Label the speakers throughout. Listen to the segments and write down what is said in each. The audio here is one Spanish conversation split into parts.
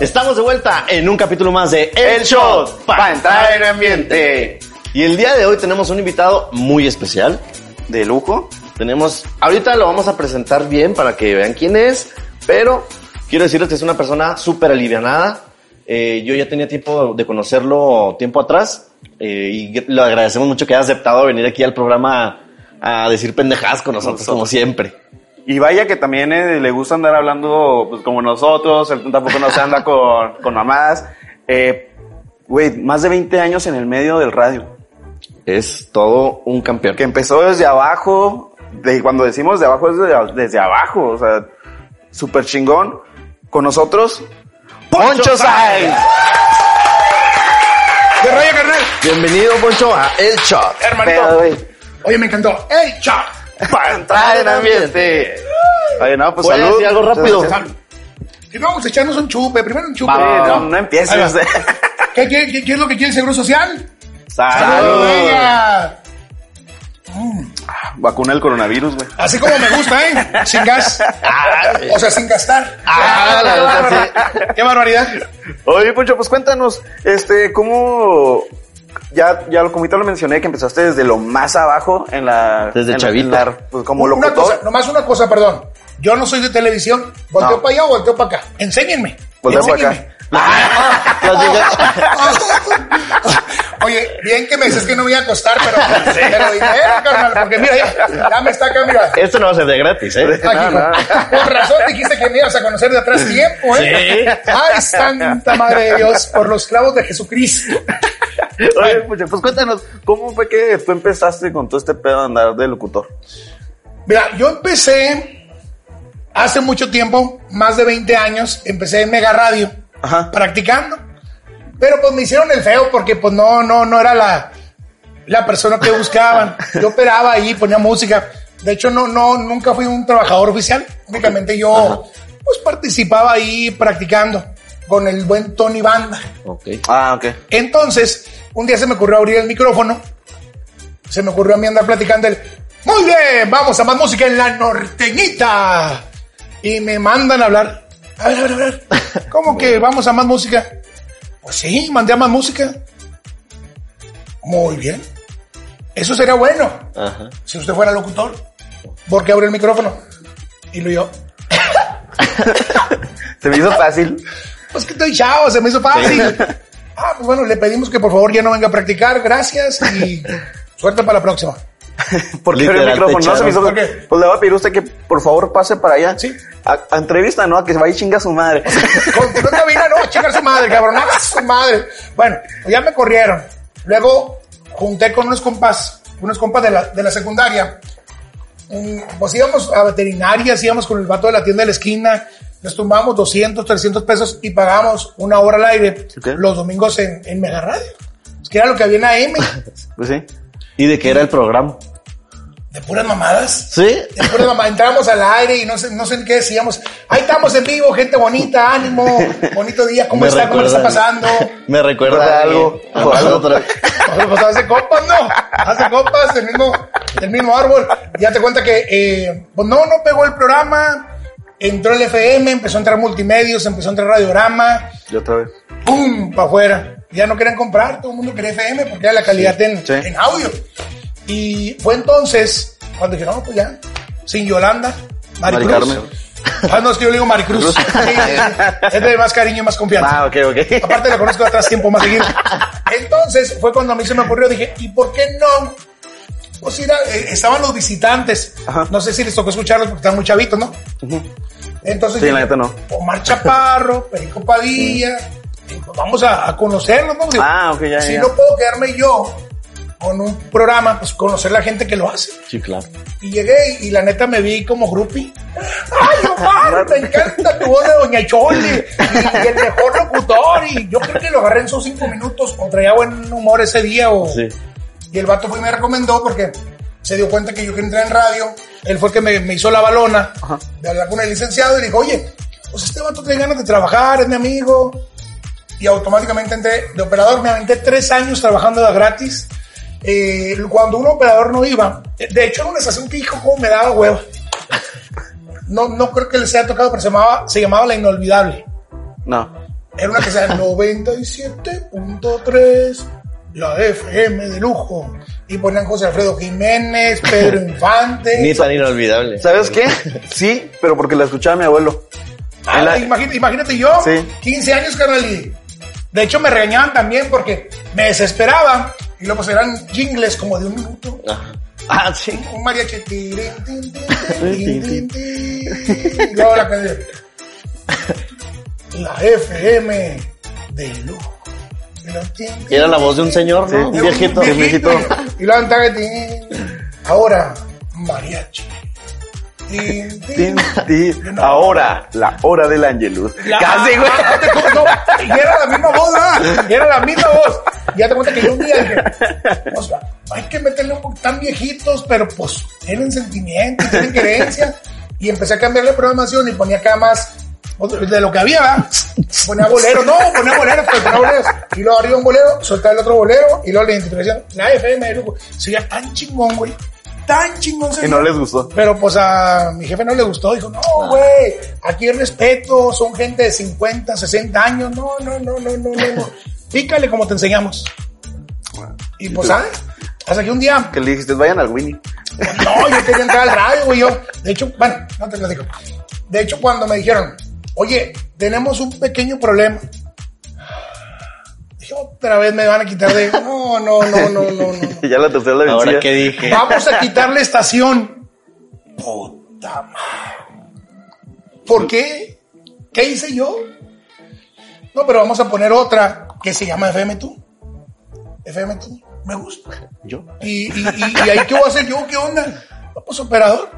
Speaker 1: Estamos de vuelta en un capítulo más de El Shot
Speaker 2: para entrar en ambiente.
Speaker 1: Y el día de hoy tenemos un invitado muy especial.
Speaker 2: De lujo.
Speaker 1: Tenemos, ahorita lo vamos a presentar bien para que vean quién es, pero quiero decirles que es una persona súper alivianada. Eh, yo ya tenía tiempo de conocerlo tiempo atrás eh, y le agradecemos mucho que haya aceptado venir aquí al programa a, a decir pendejadas con nosotros, como siempre.
Speaker 2: Y vaya que también eh, le gusta andar hablando pues, como nosotros, él tampoco no se anda con, con mamás. Eh, Güey, más de 20 años en el medio del radio.
Speaker 1: Es todo un campeón.
Speaker 2: Que empezó desde abajo, de, cuando decimos de abajo es de- desde abajo, o sea, súper chingón. Con nosotros, Poncho Sainz.
Speaker 3: ¿Qué rollo, carnal?
Speaker 1: Bienvenido, Poncho, a El Shot.
Speaker 2: Pero,
Speaker 3: Hermanito.
Speaker 2: güey,
Speaker 3: Oye, me encantó. ¡Ey, chao!
Speaker 2: para entrar en ambiente. Oye, no, pues
Speaker 1: Voy a
Speaker 2: salud.
Speaker 1: decir algo rápido.
Speaker 2: Entonces,
Speaker 3: Y no, vamos a echarnos un chupe. Primero un chupe.
Speaker 2: sí, no,
Speaker 3: ¿no?
Speaker 2: no empieces.
Speaker 3: Ahí va. ¿Qué, qué, qué, qué es lo que quiere el Seguro Social?
Speaker 2: Salud.
Speaker 3: Venga.
Speaker 2: Vacuna el coronavirus, güey.
Speaker 3: Así como me gusta, ¿eh? Sin gas. O sea, sin gastar.
Speaker 1: Ah, la neta, sí.
Speaker 3: ¡Qué barbaridad!
Speaker 2: Oye, Poncho, pues cuéntanos, este, cómo. Ya, ya lo, como ahorita lo mencioné, que empezaste desde lo más abajo en la.
Speaker 1: Desde
Speaker 2: en la-
Speaker 1: chavito.
Speaker 2: en la- pues como
Speaker 3: Una cosa,
Speaker 2: locutor.
Speaker 3: nomás una cosa, perdón. Yo no soy de televisión. Volteo
Speaker 2: No.
Speaker 3: para allá o volteo para acá. Enséñenme.
Speaker 2: Voltea Pues para
Speaker 3: Enséñenme.
Speaker 2: acá.
Speaker 1: Las diga-
Speaker 3: Oye, bien que me dices que no me iba a acostar, pero, pero dije, eh, carnal, porque mira, ya, ya me está acá, mira. Aquí,
Speaker 1: Esto no va a ser de gratis, ¿eh?
Speaker 3: Con razón dijiste que me ibas a conocer de atrás tiempo, ¿eh? Ay, santa madre de Dios, por los clavos de Jesucristo.
Speaker 2: Oye, Poncho, pues cuéntanos, ¿cómo fue que tú empezaste con todo este pedo de andar de locutor?
Speaker 3: Mira, yo empecé hace mucho tiempo, más de 20 años, empecé en Mega Radio
Speaker 2: Ajá.
Speaker 3: practicando. Pero pues me hicieron el feo porque pues no, no, no era la, la persona que buscaban. Yo operaba ahí, ponía música. De hecho, no, no, nunca fui un trabajador oficial. Únicamente yo pues participaba ahí practicando con el buen Tony Banda.
Speaker 1: Ok.
Speaker 2: Ah, ok.
Speaker 3: Entonces, un día se me ocurrió abrir el micrófono. Se me ocurrió a mí andar platicando el. Muy bien, vamos a más música en la norteñita. Y me mandan a hablar. A ver, a ver, a ver. ¿Cómo que vamos a más música? Pues sí, mandé a más música. Muy bien. Eso sería bueno
Speaker 1: Ajá.
Speaker 3: si usted fuera locutor. ¿Por qué abrió el micrófono? Y lo yo.
Speaker 2: Se me hizo fácil.
Speaker 3: Pues que estoy chavo, se me hizo fácil. Ah, pues bueno, le pedimos que por favor ya no venga a practicar, gracias y suerte para la próxima.
Speaker 2: Porque abrió el
Speaker 1: Literal,
Speaker 2: micrófono,
Speaker 1: te
Speaker 2: no se me hizo
Speaker 3: echaron. ¿Por qué?
Speaker 2: Pues le voy a pedir a usted que por favor pase para allá.
Speaker 3: Sí.
Speaker 2: A, a entrevista, ¿no? A que se vaya y chinga a su madre.
Speaker 3: Con con otra vina, no, chingar su madre, cabrón, ah, su madre. Bueno, pues ya me corrieron. Luego junté con unos compas, unos compas de la, de la secundaria. Mm, Pues íbamos a veterinarias, íbamos con el vato de la tienda de la esquina, les tumbamos 200, 300 pesos y pagamos una hora al aire
Speaker 2: Ok.
Speaker 3: los domingos en, en Mega Radio. Es que era lo que había en AM,
Speaker 2: Pues sí.
Speaker 1: ¿Y de qué era el programa?
Speaker 3: de puras mamadas.
Speaker 1: ¿Sí?
Speaker 3: Después de mamá, entramos al aire y no sé, no sé ni qué decíamos. Ahí estamos en vivo, gente bonita, ánimo, bonito día, ¿cómo
Speaker 1: Me
Speaker 3: está? ¿Cómo le está
Speaker 1: recuerda-
Speaker 3: pasando?
Speaker 1: Me recuerda
Speaker 2: Recuerda
Speaker 1: a
Speaker 2: algo.
Speaker 1: algo.
Speaker 2: O algo.
Speaker 3: Oye, Pues hace copas, ¿no? Hace copas del mismo, del mismo árbol. Ya te cuenta que, eh, pues no, no pegó el programa, entró el FM, empezó a entrar multimedios, empezó a entrar radiograma,
Speaker 2: Y otra vez.
Speaker 3: ¡pum! para afuera. Ya no querían comprar, todo el mundo quería FM porque era la calidad en,
Speaker 2: sí.
Speaker 3: en audio. Y fue entonces cuando dijeron, no, pues ya, sin Yolanda, Mari
Speaker 2: Mari
Speaker 3: Cruz.
Speaker 2: Carmen.
Speaker 3: Ah, no, es que yo le digo Maricruz. Sí, sí, sí. es de más cariño y más confianza.
Speaker 2: Ah, ok, ok.
Speaker 3: Aparte la conozco de atrás tiempo más seguido. Entonces fue cuando a mí se me ocurrió, dije, ¿y por qué no? Pues ir a- eh, estaban los visitantes.
Speaker 2: Ajá.
Speaker 3: No sé si les tocó escucharlos porque están muy chavitos, ¿no? Entonces,
Speaker 2: Sí,
Speaker 3: dije,
Speaker 2: la neta no.
Speaker 3: Omar Chaparro, Perico Padilla, digo, vamos a, a conocerlos, ¿no? Digo,
Speaker 2: Ah, ok, ya,
Speaker 3: si
Speaker 2: ya.
Speaker 3: no puedo quedarme yo con un programa, pues conocer la gente que lo hace.
Speaker 1: Sí, claro.
Speaker 3: Y llegué y la neta me vi como grupi. ¡Ay, Omar! me encanta tu voz de Doña Chole. Y, y el mejor locutor. Y yo creo que lo agarré en sus cinco minutos o traía buen humor ese día. O,
Speaker 1: Sí.
Speaker 3: Y el vato fue y me recomendó porque se dio cuenta que yo que entré en radio, él fue el que me, me hizo la balona de hablar con el licenciado y le dijo, oye, pues este vato tiene ganas de trabajar, es mi amigo. Y automáticamente entré de operador, me aventé tres años trabajando de gratis. Eh, cuando un operador no iba, eh, de hecho era una estación que hijo cómo me daba hueva. No, no creo que les haya tocado, pero se llamaba, se llamaba La Inolvidable.
Speaker 2: No.
Speaker 3: Era una que sea 97.3, la FM de lujo. Y ponían José Alfredo Jiménez, Pedro
Speaker 1: Ni
Speaker 3: Infante.
Speaker 1: tan inolvidable.
Speaker 2: ¿Sabes qué? Sí, pero porque la escuchaba mi abuelo.
Speaker 3: Ah,
Speaker 2: en la-
Speaker 3: imagínate, imagínate yo,
Speaker 2: Sí.
Speaker 3: 15 años, carnal. y de hecho, me regañaban también porque me desesperaba. Y luego pues eran jingles como de un minuto.
Speaker 1: Ajá. Ah, sí.
Speaker 3: Un mariachi. tirin, tin, tin, tin, tin, tin, tin. Y luego la canción. La FM de lujo. Y luego, tin,
Speaker 1: Era la voz de un señor, ¿no?
Speaker 2: Sí.
Speaker 1: Un viejito.
Speaker 2: Sí, viejito.
Speaker 3: Y luego andaba, tin. Ahora, mariachi. Tin, tin.
Speaker 2: Tin, tin. Ahora, la hora del Angelus.
Speaker 3: La-
Speaker 2: Casi, güey.
Speaker 3: Ah, te cu- no, y era la misma voz, ¿verdad? Y era la misma voz. Y ya te cuenta que yo un día dije, o sea, hay que meterle un poco tan viejitos, pero pues tienen sentimiento, tienen querencia. Y empecé a cambiar la programación y ponía acá más otro- de lo que había, ¿verdad? Ponía bolero, no, ponía bolero, pero ponía boleros. Y luego arriba un bolero, soltaba el otro bolero y luego la identificación, la FM de lujo. Se oía tan chingón, güey. Tan chingón. se
Speaker 2: Y no
Speaker 3: oía.
Speaker 2: les gustó.
Speaker 3: Pero pues a mi jefe no le gustó, dijo, no, güey, aquí hay respeto, son gente de 50, 60 años, no, no, no, no, no, no, no. pícale como te enseñamos. Y pues, ¿sabes? Hasta que un día,
Speaker 2: Que le dijiste, vayan al Winnie.
Speaker 3: no, yo quería entrar al radio, güey, yo, de hecho, bueno, no te platico. De hecho, cuando me dijeron, oye, tenemos un pequeño problema, dije, otra vez me van a quitar de, no, no, no, no, no, no.
Speaker 2: Y ya la tercera la
Speaker 1: Ahora
Speaker 2: vencida.
Speaker 1: que dije.
Speaker 3: Vamos a quitar la estación. Puta madre. ¿Por qué? ¿Qué hice yo? No, pero vamos a poner otra que se llama FM Tú. FM Tú. Me gusta.
Speaker 1: Yo.
Speaker 3: ¿Y, y, y, y ahí qué voy a hacer yo? ¿Qué onda? No, pues operador.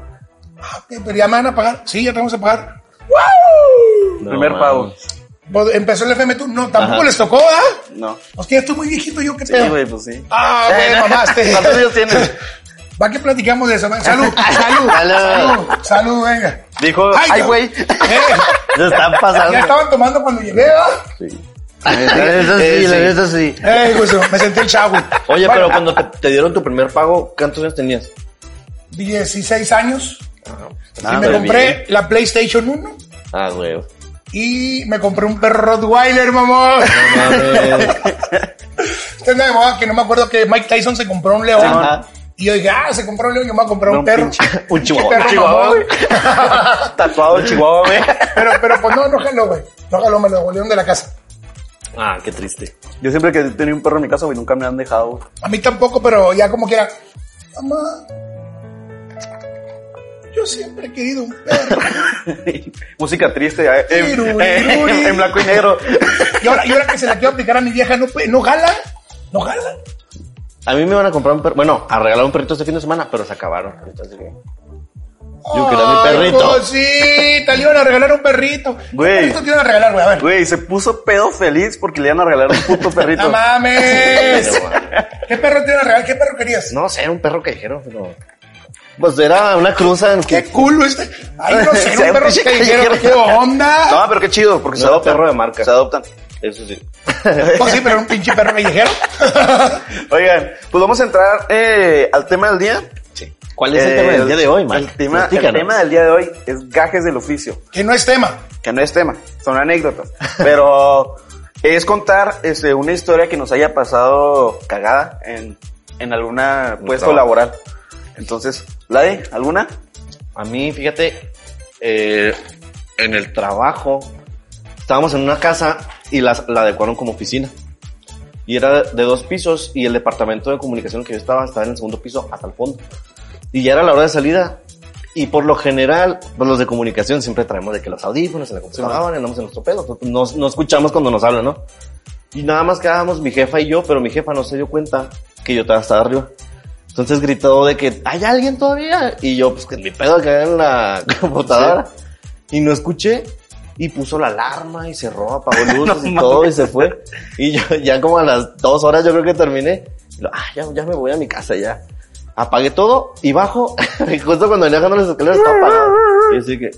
Speaker 3: Ah, ok, pero ya me van a pagar. Sí, ya tenemos que pagar.
Speaker 1: No,
Speaker 2: Primer
Speaker 1: man.
Speaker 2: pago.
Speaker 3: Pues, Empezó el FM Tú. No, tampoco
Speaker 1: Ajá.
Speaker 3: les tocó, ¿ah?
Speaker 2: No.
Speaker 3: Pues que ya estoy muy viejito yo, qué
Speaker 2: Sí,
Speaker 3: pedo.
Speaker 2: güey, pues sí.
Speaker 3: Ah, güey, mamaste.
Speaker 2: ¿Cuántos años tienes?
Speaker 3: Va que platicamos de eso, man. Salud, salud, salud,
Speaker 1: Salud.
Speaker 3: salud, venga.
Speaker 2: Dijo, ay,
Speaker 3: no.
Speaker 2: güey.
Speaker 3: Eh,
Speaker 1: Se están
Speaker 3: ya
Speaker 1: pasando.
Speaker 3: estaban tomando cuando llegué, ¿verdad?
Speaker 2: Ah,
Speaker 1: Eso sí, eso sí.
Speaker 3: Eh, pues, me senté el chavo.
Speaker 1: Oye,
Speaker 3: Bueno, ah,
Speaker 1: pero cuando te, te dieron tu primer pago, ¿cuántos años tenías?
Speaker 3: 16 años
Speaker 1: Ah,
Speaker 3: y me
Speaker 1: pero
Speaker 3: compré
Speaker 1: bien.
Speaker 3: la PlayStation 1
Speaker 1: Ah, güey. No
Speaker 3: y me compré un perro Rottweiler, mamón.
Speaker 1: mames.
Speaker 3: Usted me moda que no me acuerdo que Mike Tyson se compró un león.
Speaker 1: Ajá.
Speaker 3: y yo dije, ah, se compró un león, yo me voy a comprar
Speaker 2: No,
Speaker 3: un perro.
Speaker 2: pinche-
Speaker 1: Un chihuahua.
Speaker 3: Qué perro
Speaker 2: Un chihuahua,
Speaker 3: mamón.
Speaker 2: Tatuado chihuahua, güey.
Speaker 3: Pero, pero pues no, no jaló, güey. No jaló, me lo devolvieron de la casa.
Speaker 1: Ah, qué triste.
Speaker 2: Yo siempre que he tenido un perro en mi casa, güey, nunca me han dejado, güey.
Speaker 3: A mí tampoco, pero ya como quiera. Mamá, yo siempre he querido un perro.
Speaker 2: Música triste, eh, en,
Speaker 3: Iruri,
Speaker 2: eh,
Speaker 3: iruri.
Speaker 2: en blanco y negro.
Speaker 3: Y ahora, y ahora que se la quiero aplicar a mi vieja, no, puede- no jala. No jala.
Speaker 1: A mí me van a comprar un perro. Bueno, a regalar un perrito este fin de semana, pero se acabaron. Entonces, güey. Yo quería mi
Speaker 3: Ay,
Speaker 1: perrito.
Speaker 3: Cosita, le iban a regalar un perrito.
Speaker 2: Güey.
Speaker 3: ¿Qué perrito te iban a regalar, güey? A ver.
Speaker 2: Güey, se puso pedo feliz porque le iban a regalar un puto
Speaker 3: No
Speaker 2: perrito.
Speaker 3: mames.
Speaker 1: Pero, güey,
Speaker 3: ¿Qué perro te iban a regalar? ¿Qué perro querías?
Speaker 1: no sé, era un perro callejero, pero. Pues era una cruza en
Speaker 3: Qué
Speaker 1: que.
Speaker 3: culo este. Ay, no sé, era un perro
Speaker 2: Pinche
Speaker 3: que dijeron, ¿qué
Speaker 2: callejero.
Speaker 3: onda?
Speaker 2: No, pero qué chido, porque
Speaker 1: No
Speaker 2: se
Speaker 1: era
Speaker 2: adoptan.
Speaker 1: perro de marca.
Speaker 2: Se adoptan.
Speaker 1: Eso sí.
Speaker 3: Pues sí, pero era un pinche perro callejero.
Speaker 2: Oigan, pues vamos a entrar eh, al tema del día.
Speaker 1: sí. ¿Cuál es el tema
Speaker 2: Eh,
Speaker 1: del día de hoy, man?
Speaker 2: El tema, el
Speaker 1: Platícanos.
Speaker 2: tema del día de hoy es gajes del oficio,
Speaker 3: que no es tema.
Speaker 2: que no es tema, son anécdotas, pero es contar este, una historia que nos haya pasado cagada en, en alguna
Speaker 1: Un
Speaker 2: puesto
Speaker 1: trabajo.
Speaker 2: laboral. Entonces, Lade, ¿alguna?
Speaker 1: A mí, fíjate, eh, en el trabajo, estábamos en una casa y las- la adecuaron como oficina. Y era de dos pisos y el departamento de comunicación que yo estaba estaba en el segundo piso hasta el fondo. Y ya era la hora de salida. Y por lo general, pues los de comunicación siempre traemos de que los audífonos en la computadora, andamos en nuestro pedo, no, no escuchamos cuando nos hablan, ¿no? Y nada más quedábamos mi jefa y yo, pero mi jefa no se dio cuenta que yo estaba hasta arriba. Entonces gritó de que hay alguien todavía. Y yo, pues que mi pedo que en la computadora. Y no escuché. Y puso la alarma y cerró, apagó luces y todo y se fue. Y yo ya como a las dos horas yo creo que terminé. Y lo, ah, ya, ya me voy a mi casa ya. Apagué todo y bajo. y justo cuando venía bajando las escaleras estaba apagado. Y así que...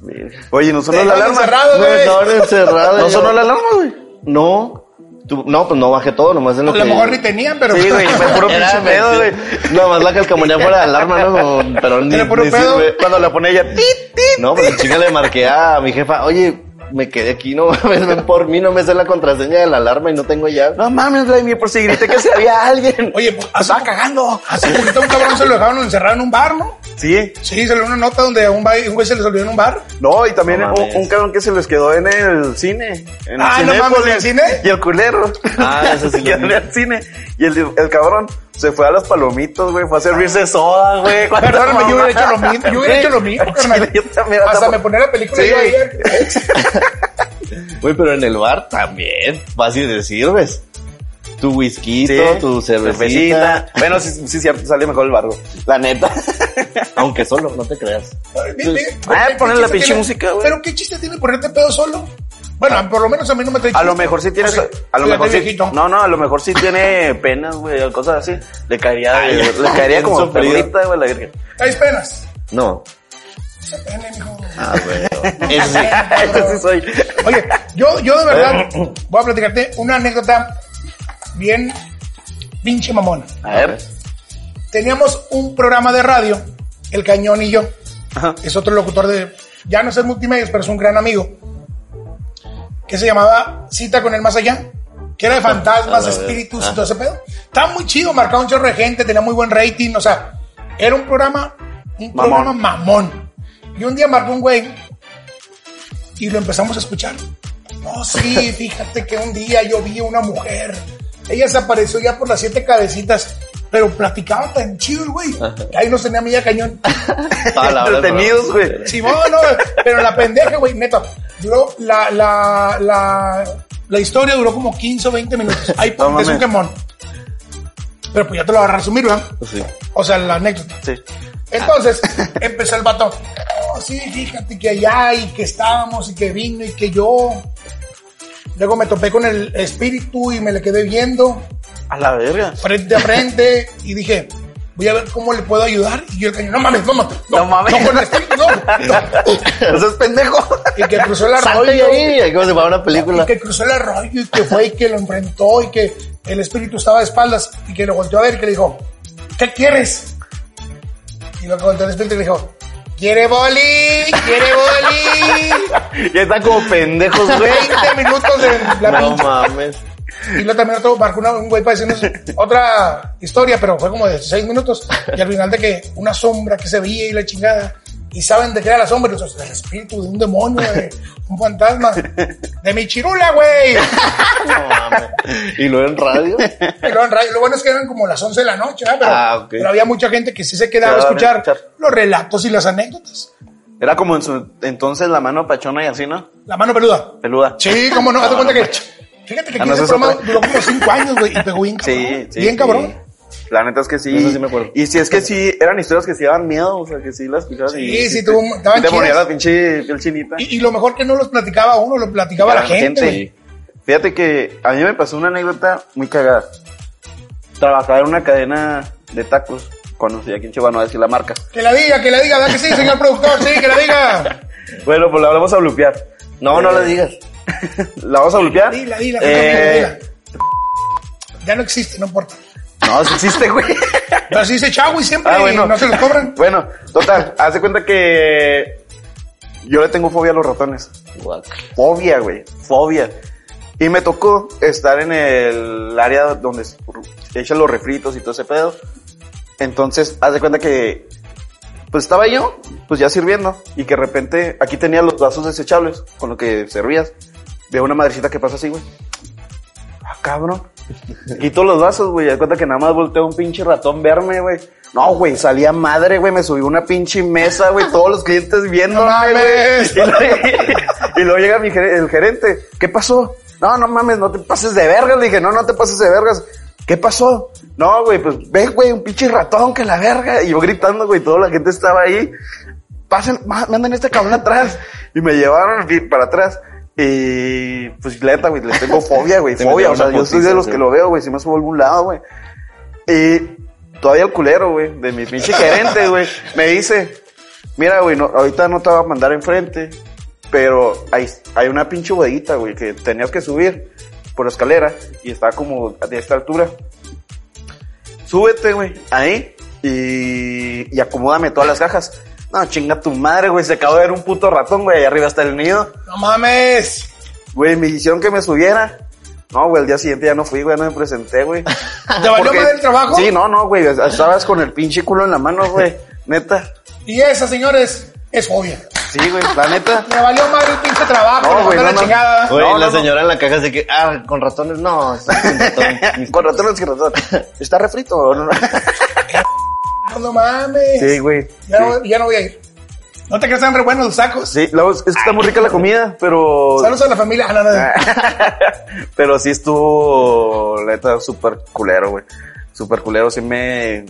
Speaker 1: "Verga".
Speaker 2: Oye, no sonó
Speaker 3: Te
Speaker 2: la
Speaker 3: dejaron
Speaker 2: alarma.
Speaker 3: encerrado,
Speaker 1: Me
Speaker 3: güey.
Speaker 1: dejaron encerrado.
Speaker 2: No
Speaker 1: Y yo,
Speaker 2: sonó la alarma, güey.
Speaker 1: No. Tú- no, pues no bajé todo, nomás en
Speaker 3: A
Speaker 1: lo que...
Speaker 3: lo mejor ni tenían, pero.
Speaker 2: Sí, güey, fue puro
Speaker 1: Era
Speaker 2: pinche pedo, güey.
Speaker 1: No, más la calcamonía fuera de alarma, ¿no? Como- Pero ni,
Speaker 3: Era puro
Speaker 1: ni
Speaker 3: pedo.
Speaker 1: sirve.
Speaker 2: Cuando la pone ella, ¡tit!
Speaker 1: No, pues chica le marqué a mi jefa, oye, me quedé aquí, no mames, ven por mí, no me sé la contraseña de la alarma y no tengo llave.
Speaker 2: No mames, Vladimir, por si grité que si había alguien.
Speaker 3: Oye, pues, hace,
Speaker 2: estaba cagando.
Speaker 3: hace poquito a un cabrón se lo dejaron encerrado en un bar, ¿no?
Speaker 2: Sí.
Speaker 3: Sí, se le dio una nota donde a un güey un güey se les olvidó en un bar.
Speaker 2: No, y también
Speaker 1: No
Speaker 2: un,
Speaker 1: mames.
Speaker 2: un cabrón que se les quedó en el cine. En
Speaker 3: Ah,
Speaker 2: el
Speaker 3: no mames,
Speaker 2: Cinépolis.
Speaker 3: ¿en el cine?
Speaker 2: Y el culero.
Speaker 1: Ah, eso sí lo
Speaker 2: Quedó en
Speaker 1: vi.
Speaker 2: el cine. Y el, el cabrón se fue a las palomitas, güey. Fue a servirse soda, güey. ¿Cuánta
Speaker 3: Perdóname, yo hubiera hecho
Speaker 2: mamada?
Speaker 3: lo mismo. Yo hubiera hecho lo mismo,
Speaker 2: Al
Speaker 3: carnal.
Speaker 2: chile, yo también,
Speaker 3: Hasta
Speaker 2: hasta
Speaker 3: me
Speaker 2: por-
Speaker 3: ponía la película
Speaker 2: Sí.
Speaker 3: yo ayer.
Speaker 1: Güey, pero en el bar también vas y te sirves. Tu whisky,
Speaker 2: Sí,
Speaker 1: tu cervecita,
Speaker 2: cervecita. Bueno, sí, sí, cierto, sale mejor el barro. La neta.
Speaker 1: aunque solo, no te creas.
Speaker 3: Viste,
Speaker 2: Ah,
Speaker 3: ¿qué
Speaker 2: poner la
Speaker 3: chiste
Speaker 2: pinche
Speaker 3: tiene?
Speaker 2: música, güey. Ah.
Speaker 3: Pero qué chiste tiene ponerte pedo solo. Bueno, por lo menos a mí no me trae
Speaker 2: A lo
Speaker 3: chiste.
Speaker 2: mejor sí tienes.
Speaker 3: Porque
Speaker 2: A lo
Speaker 3: fíjate,
Speaker 2: mejor sí.
Speaker 3: viejito.
Speaker 2: No, no, a lo mejor sí tiene penas, güey, o cosas así. Le caería,
Speaker 1: Ay,
Speaker 2: güey, le
Speaker 1: ya,
Speaker 2: caería
Speaker 1: bien
Speaker 2: como
Speaker 1: sufrido.
Speaker 2: perlita, güey, la virgen.
Speaker 3: Traes penas.
Speaker 1: No.
Speaker 3: Se pene, mijo.
Speaker 1: Ah, güey. Eso sí.
Speaker 2: Ese sí soy.
Speaker 3: Oye, yo, yo de verdad voy a platicarte una anécdota bien pinche mamona.
Speaker 2: A ver.
Speaker 3: Teníamos un programa de radio, El Cañón y yo.
Speaker 2: Ajá.
Speaker 3: Es otro locutor de, ya no es el multimedios, pero es un gran amigo. Que se llamaba Cita con el Más Allá. Que era de fantasmas,
Speaker 1: Ah, la
Speaker 3: espíritus
Speaker 1: verdad.
Speaker 3: y todo ese pedo. Estaba muy chido, marcaba un chorro de gente, tenía muy buen rating. O sea, era un programa, un
Speaker 2: Mamón.
Speaker 3: programa mamón. Y un día marcó un güey y lo empezamos a escuchar. No, sí, fíjate que un día yo vi a una mujer. Ella se apareció ya por las siete cabecitas, pero platicaba tan chido el güey. que Ahí nos tenía a milla cañón.
Speaker 1: Toda la hora del
Speaker 2: Entretenidos,
Speaker 1: programa.
Speaker 2: güey.
Speaker 3: Simón, no, pero la pendeja, güey, neta. Duró la, la, la, la historia duró como 15 o 20 minutos. Ahí
Speaker 2: No
Speaker 3: es un
Speaker 2: mames.
Speaker 3: quemón. Pero pues ya te lo voy a resumir, ¿verdad?
Speaker 1: Sí.
Speaker 3: O sea, la anécdota.
Speaker 2: Sí.
Speaker 3: Entonces empezó el vato. "Oh, sí, fíjate que allá y que estábamos y que vino y que yo. Luego me topé con el espíritu y me le quedé viendo
Speaker 2: A la verga.
Speaker 3: frente a frente y dije, voy a ver cómo le puedo ayudar. Y yo el cañón, no mames, no, no, no,
Speaker 2: No mames.
Speaker 3: no, con el espíritu, no, no".
Speaker 2: Eso es pendejo.
Speaker 3: Y que cruzó el
Speaker 1: Pues Salte de
Speaker 3: arroyo.
Speaker 1: ahí, ahí como se va una
Speaker 3: Y
Speaker 1: película.
Speaker 3: que cruzó el arroyo y que fue y que lo enfrentó y que el espíritu estaba de espaldas y que lo volteó a ver y que le dijo, ¿qué quieres? Y lo que volteó el espíritu y le dijo, ¿quiere boli? ¿Quiere boli?
Speaker 2: Ya están como pendejos, güey.
Speaker 3: 20 minutos de la
Speaker 1: No
Speaker 3: pinche.
Speaker 1: mames.
Speaker 3: Y luego también otro marcó una- un güey para decirnos otra historia, pero fue como de 6 minutos. Y al final de que una sombra que se veía y la chingada. Y saben de qué era la sombra. Entonces, el espíritu de un demonio, de un fantasma. De mi chirula, güey.
Speaker 1: No mames. Y luego en radio.
Speaker 3: Y luego en radio- Lo bueno es que eran como las 11 de la noche, ¿verdad? Pero,
Speaker 1: Ah, ok.
Speaker 3: pero había mucha gente que sí se quedaba a
Speaker 2: Quedaban a
Speaker 3: escuchar,
Speaker 2: escuchar.
Speaker 3: los relatos y las anécdotas.
Speaker 2: Era como en su entonces la mano pachona y así, ¿no?
Speaker 3: La mano peluda.
Speaker 2: Peluda.
Speaker 3: Sí, cómo no, hazte cuenta que. Fíjate que
Speaker 2: Ah,
Speaker 3: aquí
Speaker 2: no, eso
Speaker 3: ese
Speaker 2: es
Speaker 3: programa
Speaker 2: otra.
Speaker 3: duró como 5 años, güey, y pegó bien cabrón.
Speaker 2: Sí, sí.
Speaker 3: bien
Speaker 2: sí.
Speaker 3: cabrón.
Speaker 2: La neta es que sí.
Speaker 1: Eso sí me acuerdo.
Speaker 2: Y si es que sí, eran historias que sí daban miedo, o sea, que sí las escuchabas. y-
Speaker 3: Sí, sí,
Speaker 2: y
Speaker 3: tuvo-
Speaker 2: te-
Speaker 3: daban
Speaker 2: y Te ponía
Speaker 3: chidas.
Speaker 2: la pinche piel chinita.
Speaker 3: Y, y lo mejor que no los platicaba uno, lo platicaba la
Speaker 2: Daban
Speaker 3: gente. güey.
Speaker 2: Fíjate que a mí me pasó una anécdota muy cagada. Trabajaba en una cadena de tacos. Conocí aquí en Chihuahua, no voy a decir la marca.
Speaker 3: Que la diga, que la diga, ¿verdad que sí, señor productor? Sí, que la diga.
Speaker 2: Bueno, pues la vamos a blupear.
Speaker 1: No, no le digas.
Speaker 2: ¿La vamos a blupear?
Speaker 3: Eh, Dila, dila,
Speaker 2: Eh,
Speaker 3: dila, Ya no existe, no importa.
Speaker 2: No, sí existe, güey.
Speaker 3: Pero así dice Chagui siempre
Speaker 2: Ah, bueno.
Speaker 3: y no se lo cobran.
Speaker 2: Bueno, total, hace cuenta que yo le tengo fobia a los ratones. Fobia, güey, fobia. Y me tocó estar en el área donde echan los refritos y todo ese pedo. Entonces, haz de cuenta que pues estaba yo, pues ya sirviendo, y que de repente aquí tenía los vasos desechables con lo que servías. Veo una madrecita que pasa así, güey. Ah, cabrón. Le Quito los vasos, güey. Ya cuenta que nada más volteó un pinche ratón verme, güey. No, güey, salía madre, güey. Me subí una pinche mesa, güey. Todos los clientes viendo.
Speaker 3: No mames.
Speaker 2: Y luego, y luego llega mi ger- el gerente. ¿Qué pasó? No, no mames, no te pases de vergas. Le dije, no, no te pases de vergas. ¿Qué pasó? No, güey, pues ve, güey, un pinche ratón que la verga. Y yo gritando, güey, toda la gente estaba ahí pasen, ma- manden este cabrón atrás. Y me llevaron fi- para atrás. Y pues neta, güey, le tengo fobia, güey,
Speaker 1: Te
Speaker 2: fobia.
Speaker 1: metieron
Speaker 2: O sea,
Speaker 1: una
Speaker 2: yo soy de
Speaker 1: putiza,
Speaker 2: los
Speaker 1: sí.
Speaker 2: que lo veo, güey, si me subo a algún lado, güey. Y todavía el culero, güey, de mi pinche gerente, güey, me dice, mira, güey, no, ahorita no te va a mandar enfrente, pero hay, hay una pinche bodeguita, güey, que tenías que subir por la escalera y está como de esta altura. Súbete, güey, ahí y, y acomódame todas las cajas. No, chinga tu madre, güey. Se acabó de ver un puto ratón, güey. Allá arriba está el nido.
Speaker 3: No mames.
Speaker 2: Güey, me hicieron que me subiera. No, güey, al día siguiente ya no fui, güey, no me presenté, güey.
Speaker 3: ¿Te valió
Speaker 2: Porque-
Speaker 3: madre el trabajo?
Speaker 2: Sí, no, no, güey. Estabas con el pinche culo en la mano, güey. Neta.
Speaker 3: Y esa, señores, es fobia.
Speaker 2: Sí, güey, la neta.
Speaker 3: Me valió madre el pinche trabajo,
Speaker 2: No,
Speaker 3: me
Speaker 2: güey,
Speaker 3: mandó
Speaker 2: no,
Speaker 3: la
Speaker 2: no.
Speaker 3: chingada.
Speaker 1: Oye,
Speaker 2: No,
Speaker 1: la
Speaker 2: no, no.
Speaker 1: señora en la caja dice que, ah, con ratones, no, sí, sin ratón.
Speaker 2: con ratón es que ratón. ¿Está refrito o no?
Speaker 3: No, no mames.
Speaker 2: Sí, güey.
Speaker 3: Ya,
Speaker 2: sí.
Speaker 3: no- ya no voy a ir. No te creas tan re buenos los sacos.
Speaker 2: Sí, luego, es que está muy rica la comida, pero.
Speaker 3: Saludos a la familia. Ah, no, no, no.
Speaker 2: pero sí estuvo, la neta, súper culero, güey. Súper culero, sí me...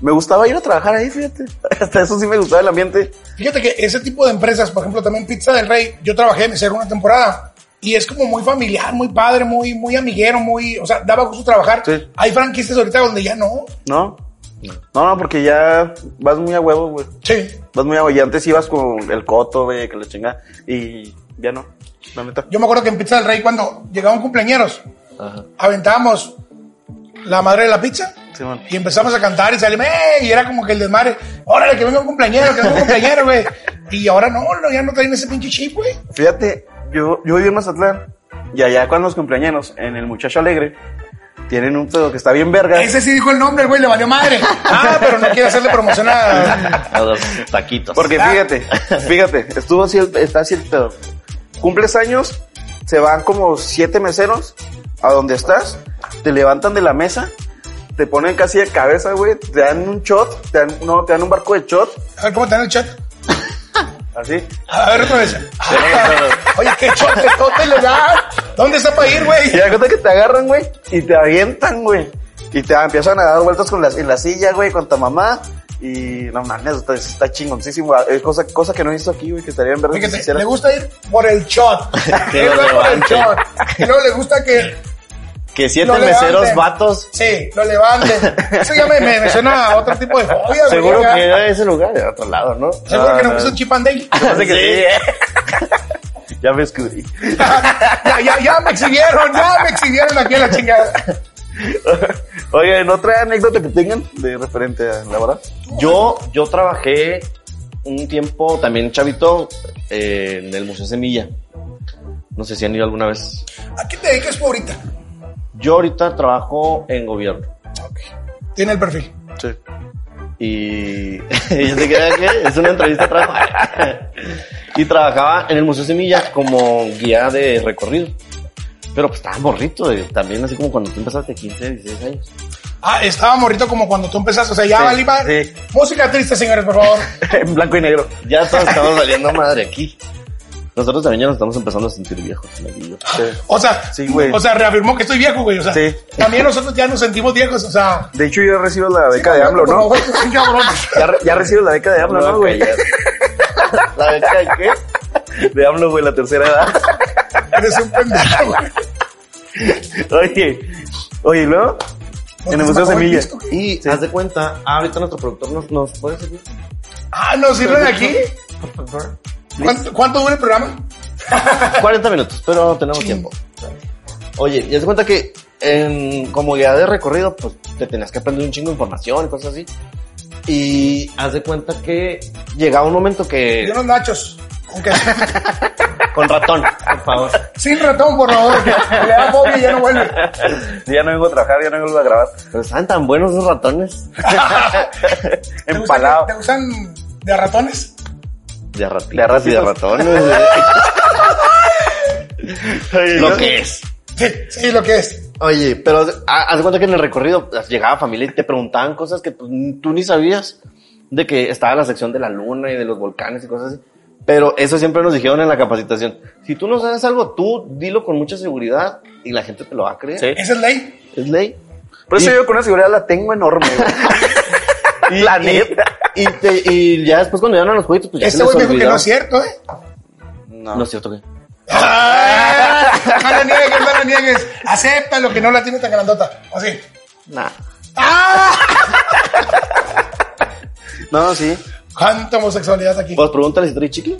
Speaker 2: Me gustaba ir a trabajar ahí, fíjate. Hasta eso sí me gustaba el ambiente.
Speaker 3: Fíjate que ese tipo de empresas, por ejemplo, también Pizza del Rey, yo trabajé en mesero una temporada y es como muy familiar, muy padre, muy, muy amiguero, muy, o sea, daba gusto trabajar.
Speaker 2: Sí.
Speaker 3: Hay franquicias ahorita donde ya no.
Speaker 2: ¿No? No, no, porque ya vas muy a huevo, güey.
Speaker 3: Sí.
Speaker 2: Vas muy a huevo. Y antes ibas con el coto, güey, que la chinga. Y ya no, la neta.
Speaker 3: Yo me acuerdo que en Pizza del Rey cuando llegaban cumpleañeros,
Speaker 1: Ajá.
Speaker 3: aventábamos la madre de la pizza
Speaker 2: Sí, man.
Speaker 3: y empezamos a cantar y salimos, ¡eh! y era como que el desmadre, órale, que venga un cumpleañero, que venga un cumpleañero, güey. Y ahora no, no, ya no traen ese pinche chip, güey.
Speaker 2: Fíjate, yo, yo viví en Mazatlán. Y allá con los cumpleaños, en el Muchacho Alegre, tienen un pedo que está bien verga.
Speaker 3: Ese sí dijo el nombre, güey, le valió madre. Ah, pero no quiere hacerle promoción a...
Speaker 1: A los taquitos.
Speaker 2: Porque
Speaker 3: Ah.
Speaker 2: fíjate, fíjate, estuvo así, el- está así el pedo. Cumples años, se van como siete meseros a donde estás, te levantan de la mesa, te ponen casi de cabeza, güey, te dan un shot, te dan, no, te dan un barco de shot,
Speaker 3: A ver, ¿cómo te dan el chat?
Speaker 2: así.
Speaker 3: A ver, otra vez. Oye, qué chotetote le da. ¿Dónde está para ir, güey?
Speaker 2: Y la cosa que te agarran, güey, y te avientan, güey. Y te empiezan a dar vueltas con la, en la silla, güey, con tu mamá. Y no mames, está, está chingoncísimo. eh, cosa, cosa que no hizo aquí, güey, que estaría en verdad. que se
Speaker 3: Fíjate,
Speaker 2: hiciera.
Speaker 3: le gusta ir por el shot.
Speaker 1: Que
Speaker 3: Él
Speaker 1: lo
Speaker 3: va por el
Speaker 1: levante.
Speaker 3: shot. Y luego le gusta que
Speaker 1: que siete
Speaker 3: lo
Speaker 1: meseros
Speaker 3: levanten.
Speaker 1: vatos.
Speaker 3: Sí, lo levante. Eso ya me, me- me suena a otro tipo de fobia. güey,
Speaker 1: Seguro
Speaker 3: acá.
Speaker 1: que era ese lugar, de otro lado, ¿no?
Speaker 3: Seguro que
Speaker 2: Ah.
Speaker 3: no puso un chip and dale.
Speaker 2: Parece
Speaker 1: Sí.
Speaker 2: que sí, eh. ya me escudí.
Speaker 3: ya, ya, ya me exhibieron, ya me exhibieron aquí a la chingada.
Speaker 2: Oye, ¿en otra anécdota que tengan de referente a la verdad?
Speaker 1: Yo, yo trabajé un tiempo también chavito eh, en el Museo Semilla. No sé si han ido alguna vez.
Speaker 3: ¿A qué te dedicas tú ahorita?
Speaker 1: Yo ahorita trabajo en gobierno.
Speaker 3: Tiene el perfil.
Speaker 2: Sí.
Speaker 1: Y y yo sé que era que es una entrevista de trabajo. Y trabajaba en el Museo Semilla como guía de recorrido. Pero pues estaba morrito, eh, también así como cuando tú empezaste 15, 16 años.
Speaker 3: Ah, estaba morrito como cuando tú empezaste. O sea, ya
Speaker 2: Sí,
Speaker 3: valí más.
Speaker 2: sí.
Speaker 3: Música triste, señores, por favor.
Speaker 2: en blanco y negro.
Speaker 1: Ya todos estamos valiendo madre aquí. Nosotros también ya nos estamos empezando a sentir viejos, me digo.
Speaker 2: Sí.
Speaker 3: O sea,
Speaker 2: Sí, güey.
Speaker 3: o sea, reafirmó que estoy viejo, güey. O sea,
Speaker 2: Sí.
Speaker 3: también nosotros ya nos sentimos viejos. O sea,
Speaker 2: De hecho, yo recibo la beca de AMLO,
Speaker 3: por
Speaker 2: ¿no?
Speaker 3: favor, qué cabrón.
Speaker 2: Ya, re- ya recibo la beca de AMLO, ¿no, güey?
Speaker 1: callar.
Speaker 2: ¿La beca de qué? De AMLO, güey, la tercera edad.
Speaker 3: Eres un pendejo, güey.
Speaker 2: Oye, oye, ¿y luego? En el Museo
Speaker 3: Se me acabó el
Speaker 2: Semilla.
Speaker 3: disco.
Speaker 1: Y haz de cuenta, ah, ahorita nuestro productor nos, nos puede servir.
Speaker 3: Ah, ¿nos sirven aquí? ¿Cuánto, ¿Cuánto dura el programa?
Speaker 1: 40 minutos, pero tenemos tiempo. Oye, y haz de cuenta que en, como guía de recorrido, pues te tenías que aprender un chingo de información y cosas así. Y haz de cuenta que llegaba un momento
Speaker 3: Yo
Speaker 1: que
Speaker 3: unos nachos. Aunque-
Speaker 1: con ratón, por favor.
Speaker 3: Sin ratón, por favor. que Le da fobia y ya no vuelve.
Speaker 2: Ya no vengo a trabajar, ya no vengo a grabar.
Speaker 1: Pero estaban tan buenos esos ratones.
Speaker 3: ¿Te gustan-
Speaker 2: Empalado.
Speaker 3: ¿Te gustan de a ratones?
Speaker 1: De ratitos
Speaker 2: De ratitos.
Speaker 1: y de ratones.
Speaker 2: Oye,
Speaker 1: Lo
Speaker 2: ¿no?
Speaker 1: que es.
Speaker 3: Sí, sí, lo que es.
Speaker 1: Oye, pero ha- haz de cuenta que en el recorrido pues, llegaba familia y te preguntaban cosas que pues, ni- tú ni sabías de que estaba la sección de la luna y de los volcanes y cosas así. Pero eso siempre nos dijeron en la capacitación. Si tú no sabes algo, tú dilo con mucha seguridad y la gente te lo va a creer.
Speaker 2: Sí.
Speaker 3: Esa es ley.
Speaker 1: Es ley.
Speaker 2: Por eso
Speaker 1: Y-
Speaker 2: yo con una seguridad la tengo enorme, güey. la neta.
Speaker 1: Y, te- y ya después cuando llegaron a los jueguitos, pues ya
Speaker 3: Este
Speaker 1: se les
Speaker 3: güey me dijo que
Speaker 1: olvidó.
Speaker 3: no es cierto, ¿eh?
Speaker 1: No es cierto que.
Speaker 3: Ah, No la niegues, no la niegues. Acepta lo que no la tiene tan grandota. Así.
Speaker 1: Nah.
Speaker 3: ¡Ah!
Speaker 2: No, sí.
Speaker 3: ¿Cuánta homosexualidad aquí?
Speaker 1: Pues pregúntale si trae chicle.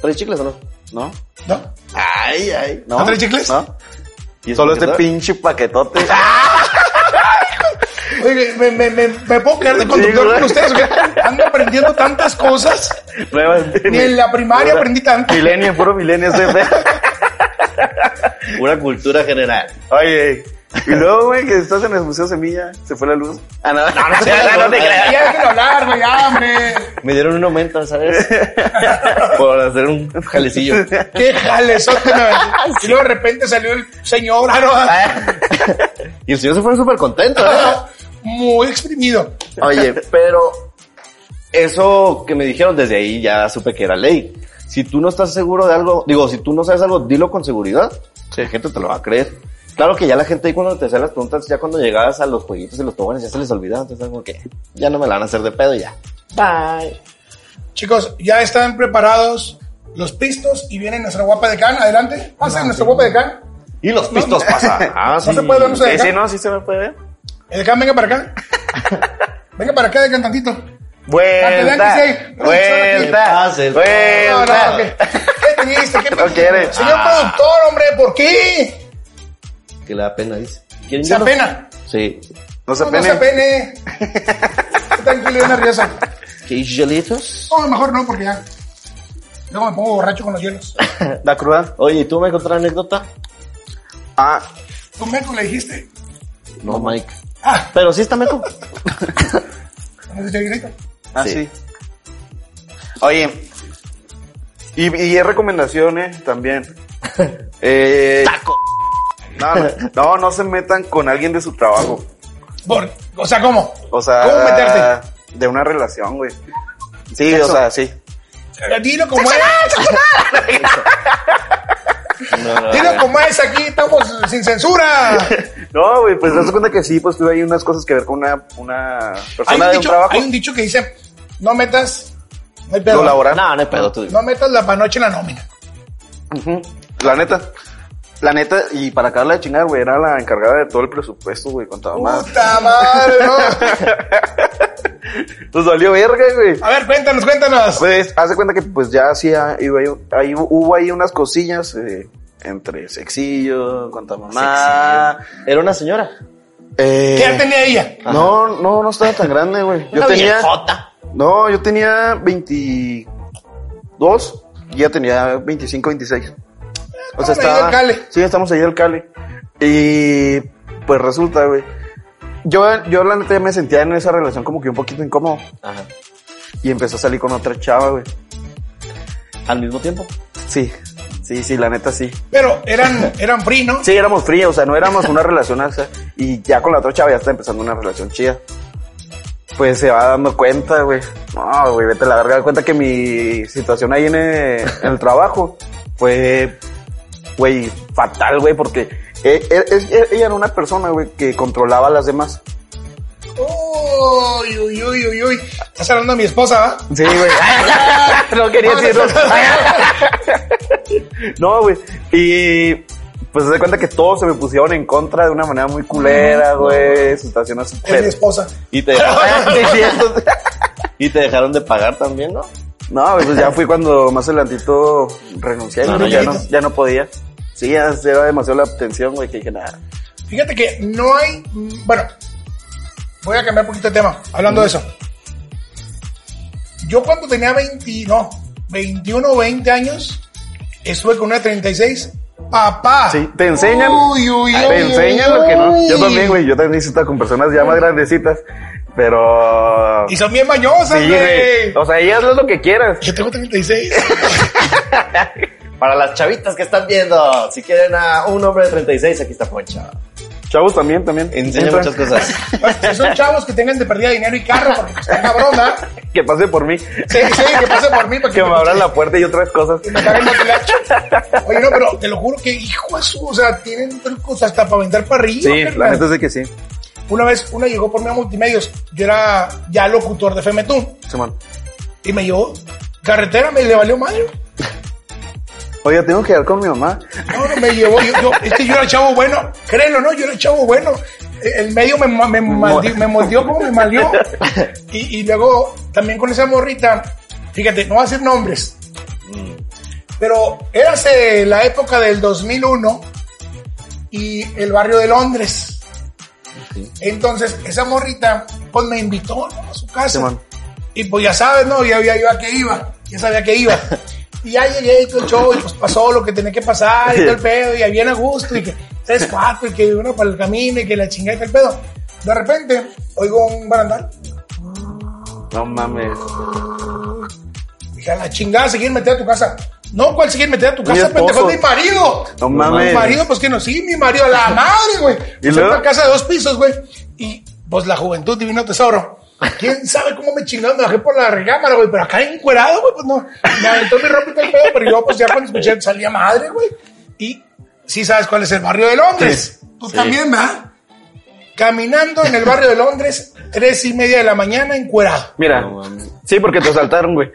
Speaker 1: ¿Trae chicles o no?
Speaker 2: No.
Speaker 3: ¿No?
Speaker 1: Ay, ay.
Speaker 2: ¿No?
Speaker 3: ¿No traes chicles?
Speaker 2: No.
Speaker 1: ¿Y eso
Speaker 2: Solo
Speaker 1: por qué sabe?
Speaker 2: este pinche paquetote.
Speaker 3: Oye, me, me, me, me puedo quedar de conductor con ustedes. o qué? Ando aprendiendo tantas cosas. Ni en la primaria aprendí tanto.
Speaker 2: Milenia, puro milenia ese.
Speaker 1: Una cultura general.
Speaker 2: Oye, y luego, güey, que estás en el Museo Semilla, se fue la luz. Ah, no, no,
Speaker 1: se fue la luz.
Speaker 3: Ya déjenlo hablar, güey, ya, hombre.
Speaker 1: Me dieron un aumento, ¿sabes? Por hacer un jalecillo.
Speaker 3: Qué jalezote me aventó. Y luego de repente salió el señor. ah, no, ah,
Speaker 1: Y el señor se fue súper contento. ¿no?
Speaker 3: ah, Muy exprimido.
Speaker 1: Oye, pero eso que me dijeron desde ahí ya supe que era ley. Si tú no estás seguro de algo, digo, si tú no sabes algo, dilo con seguridad. La gente te lo va a creer. Claro que ya la gente ahí cuando te hacía las preguntas, ya cuando llegabas a los jueguitos y los toboganes ya se les olvidaba. Entonces como que ya no me la van a hacer de pedo y ya. Bye.
Speaker 3: Chicos, ya están preparados los pistos y viene nuestra guapa de can. Adelante, pasen nuestra guapa de can.
Speaker 1: Y los pistos pasan. Ah,
Speaker 3: No se puede ver, no se
Speaker 2: Sí,
Speaker 3: deja.
Speaker 2: sí, no, sí se me puede ver.
Speaker 3: El can, venga para acá. venga para acá, de can tantito.
Speaker 2: Vuelta,
Speaker 3: Adelante, sí.
Speaker 1: Que pase
Speaker 2: vuelta,
Speaker 1: el-
Speaker 3: No, no,
Speaker 2: vuelta.
Speaker 3: ¿qué, ¿Qué teniste? ¿Qué
Speaker 2: No quiere. Ah.
Speaker 3: Señor productor, hombre, ¿por qué?
Speaker 1: Que le da pena, dice. ¿Quieren
Speaker 3: Se
Speaker 1: yo no?
Speaker 3: apena.
Speaker 1: Sí.
Speaker 2: No se
Speaker 3: No, no se
Speaker 2: pene.
Speaker 3: apene. Esté Tranquilo, una nerviosa.
Speaker 1: ¿Qué hielitos?
Speaker 3: No, mejor no, porque ya. Luego me pongo borracho con los hielos.
Speaker 2: La cruda.
Speaker 1: Oye, ¿y ¿tú me contaste anécdota?
Speaker 2: Ah,
Speaker 3: Tú, Meco, le dijiste.
Speaker 1: No, Mike.
Speaker 3: Ah,
Speaker 1: Pero sí está meco.
Speaker 3: no sé si te grito.
Speaker 2: ah,
Speaker 1: Sí.
Speaker 2: sí. Oye, y, y es recomendaciones también. Eh, No, no, no, no se metan con alguien de su trabajo.
Speaker 3: Por- o sea, ¿cómo?
Speaker 2: O sea, eh,
Speaker 3: ¿Cómo meterte?
Speaker 2: De una relación, güey. Sí, o
Speaker 1: Sexo.
Speaker 2: sea, sí.
Speaker 3: Dilo como es.
Speaker 1: No, no,
Speaker 3: Dilo como es, aquí estamos sin censura.
Speaker 2: No, güey, pues te das cuenta que sí, pues tuve ahí unas cosas que ver con una, una
Speaker 3: Hay
Speaker 2: persona
Speaker 3: un,
Speaker 2: de un
Speaker 3: dicho,
Speaker 2: trabajo.
Speaker 3: hay un dicho que dice, no metas, no hay
Speaker 2: Lo
Speaker 3: pedo.
Speaker 2: laboral.
Speaker 1: no, no hay pedo, tú dime.
Speaker 3: No metas la panoche en la nómina.
Speaker 2: Ujú. La neta. La neta, y para acabarla de chingar, güey, era la encargada de todo el presupuesto, güey, con toda madre.
Speaker 3: Puta madre, no.
Speaker 2: Nos valió verga, güey.
Speaker 3: A ver, cuéntanos, cuéntanos.
Speaker 2: Pues, haz de cuenta que pues ya hacía, iba ahí, ahí- hubo ahí unas cosillas eh, entre sexillo, con toda mamá.
Speaker 1: Era una señora.
Speaker 2: Eh,
Speaker 3: ¿Qué edad tenía ella?
Speaker 2: No, no, no estaba tan grande, güey. Yo
Speaker 1: Una
Speaker 2: tenía.
Speaker 1: viejota.
Speaker 2: No, yo tenía 22 y ya tenía 25, 26. O sea,
Speaker 3: Estaban ahí
Speaker 2: estaba.
Speaker 3: del Cali.
Speaker 2: Sí, estamos ahí del Cali. Y pues resulta, güey. Yo, yo la neta ya me sentía en esa relación como que un poquito incómodo.
Speaker 1: Ajá.
Speaker 2: Y empezó a salir con otra chava, güey.
Speaker 1: Al mismo tiempo.
Speaker 2: Sí, sí, sí, la neta sí.
Speaker 3: Pero eran, eran free, ¿no?
Speaker 2: Sí, éramos fríos, o sea, no éramos una relación o sea, Y ya con la otra chava ya está empezando una relación chida. Pues se va dando cuenta, güey. No, güey, vete a la verga. Da cuenta que mi situación ahí en eh, en el trabajo fue, güey, fatal, güey, porque eh, eh, es- eh, ella era una persona, güey, que controlaba a las demás.
Speaker 3: Uy, uy, uy, uy, uy. Estás hablando de mi esposa, ¿ah?
Speaker 2: Sí, güey. no quería decirlo. no, güey. Y pues se da cuenta que todos se me pusieron en contra de una manera muy culera, güey. Situación así.
Speaker 3: Es mi esposa.
Speaker 1: Y te, y te dejaron de pagar también, ¿no?
Speaker 2: No, pues ya fui cuando más adelantito renuncié,
Speaker 1: No,
Speaker 3: Ah,
Speaker 1: no,
Speaker 2: güey, ya,
Speaker 1: ya
Speaker 2: no, ya no podía. Sí, ya se era demasiado la tensión, güey, que dije
Speaker 3: Ah.
Speaker 2: nada.
Speaker 3: Fíjate que no hay. mm, Bueno, voy a cambiar un poquito de tema, hablando de eso. Yo cuando tenía 20, no, 21 o 20 años, estuve con una 36. Papá.
Speaker 2: Sí, te enseñan.
Speaker 3: Uy, uy, uy,
Speaker 2: Te enseñan
Speaker 3: uy,
Speaker 2: lo que no. Yo
Speaker 3: uy.
Speaker 2: también, güey, yo también estaba con personas ya más grandecitas, pero...
Speaker 3: Y son bien mañosas,
Speaker 2: Sí,
Speaker 3: güey.
Speaker 2: güey. O sea, ellas haz lo que quieras.
Speaker 3: Yo tengo 36.
Speaker 1: Para las chavitas que están viendo, si quieren a un hombre de 36, aquí está Poncho.
Speaker 2: Chavos también, también.
Speaker 1: Enseña
Speaker 2: Entra.
Speaker 1: muchas cosas.
Speaker 3: si son chavos que tengan de perdida dinero y carro, porque pues, está cabrón, ¿verdad?
Speaker 2: Que pase por mí.
Speaker 3: Sí, sí, que pase por mí para
Speaker 2: Que me abran la puerta y otras cosas.
Speaker 3: me cague el motilacho. Oye, no, pero te lo juro que, hijo de su, o sea, tienen trucos hasta para aventar parrilla.
Speaker 2: Sí,
Speaker 3: carnal.
Speaker 2: la neta es de que sí.
Speaker 3: Una vez, una llegó por mí a Multimedios. Yo era ya locutor de Femetún
Speaker 2: Simón.
Speaker 3: y me llevó carretera, me le valió madre.
Speaker 2: Oye, tengo que hablar con mi mamá.
Speaker 3: No, no, me llevó. Yo, yo- es que yo era chavo bueno. Créelo, ¿no? Yo era chavo bueno. E, El el medio me, ma- me, maldi- me moldeó como me malió. Y, y luego, también con esa morrita, fíjate, no voy a decir nombres, pero era la época del 2001 y el barrio de Londres. Entonces, esa morrita, pues me invitó ¿no? a su casa.
Speaker 2: Simón.
Speaker 3: y pues ya sabes, ¿no? Ya había yo a qué iba, ya sabía que iba. Y ya llegué y todo el show, y pues pasó lo que tenía que pasar, y todo el pedo, y ahí bien a gusto, y que tres, cuatro, y que uno para el camino, y que la chingada y todo el pedo. De repente, oigo un barandal,
Speaker 2: No mames.
Speaker 3: dije, a la chingada, se quieren meter a tu casa. No, ¿cuál se quieren meter a tu
Speaker 2: Mi
Speaker 3: casa,
Speaker 2: esposo.
Speaker 3: pendejo? Es mi marido.
Speaker 2: No mames.
Speaker 3: Mi marido, pues que no, sí, mi marido, a la madre, güey.
Speaker 2: ¿Y
Speaker 3: Es
Speaker 2: luego?
Speaker 3: una casa de dos pisos, güey. Y pues la juventud divino tesoro. ¿Quién sabe cómo me chingaron? Me bajé por la recámara, güey, pero acá encuerado, güey, pues no. Me aventó mi ropa y todo el pedo, pero yo, pues ya cuando escuché, salía madre, güey. Y sí sabes cuál es el barrio de Londres. Tú también, ¿verdad? Caminando en el barrio de Londres, tres y media de la mañana, encuerado.
Speaker 2: Mira. sí, porque te saltaron, güey.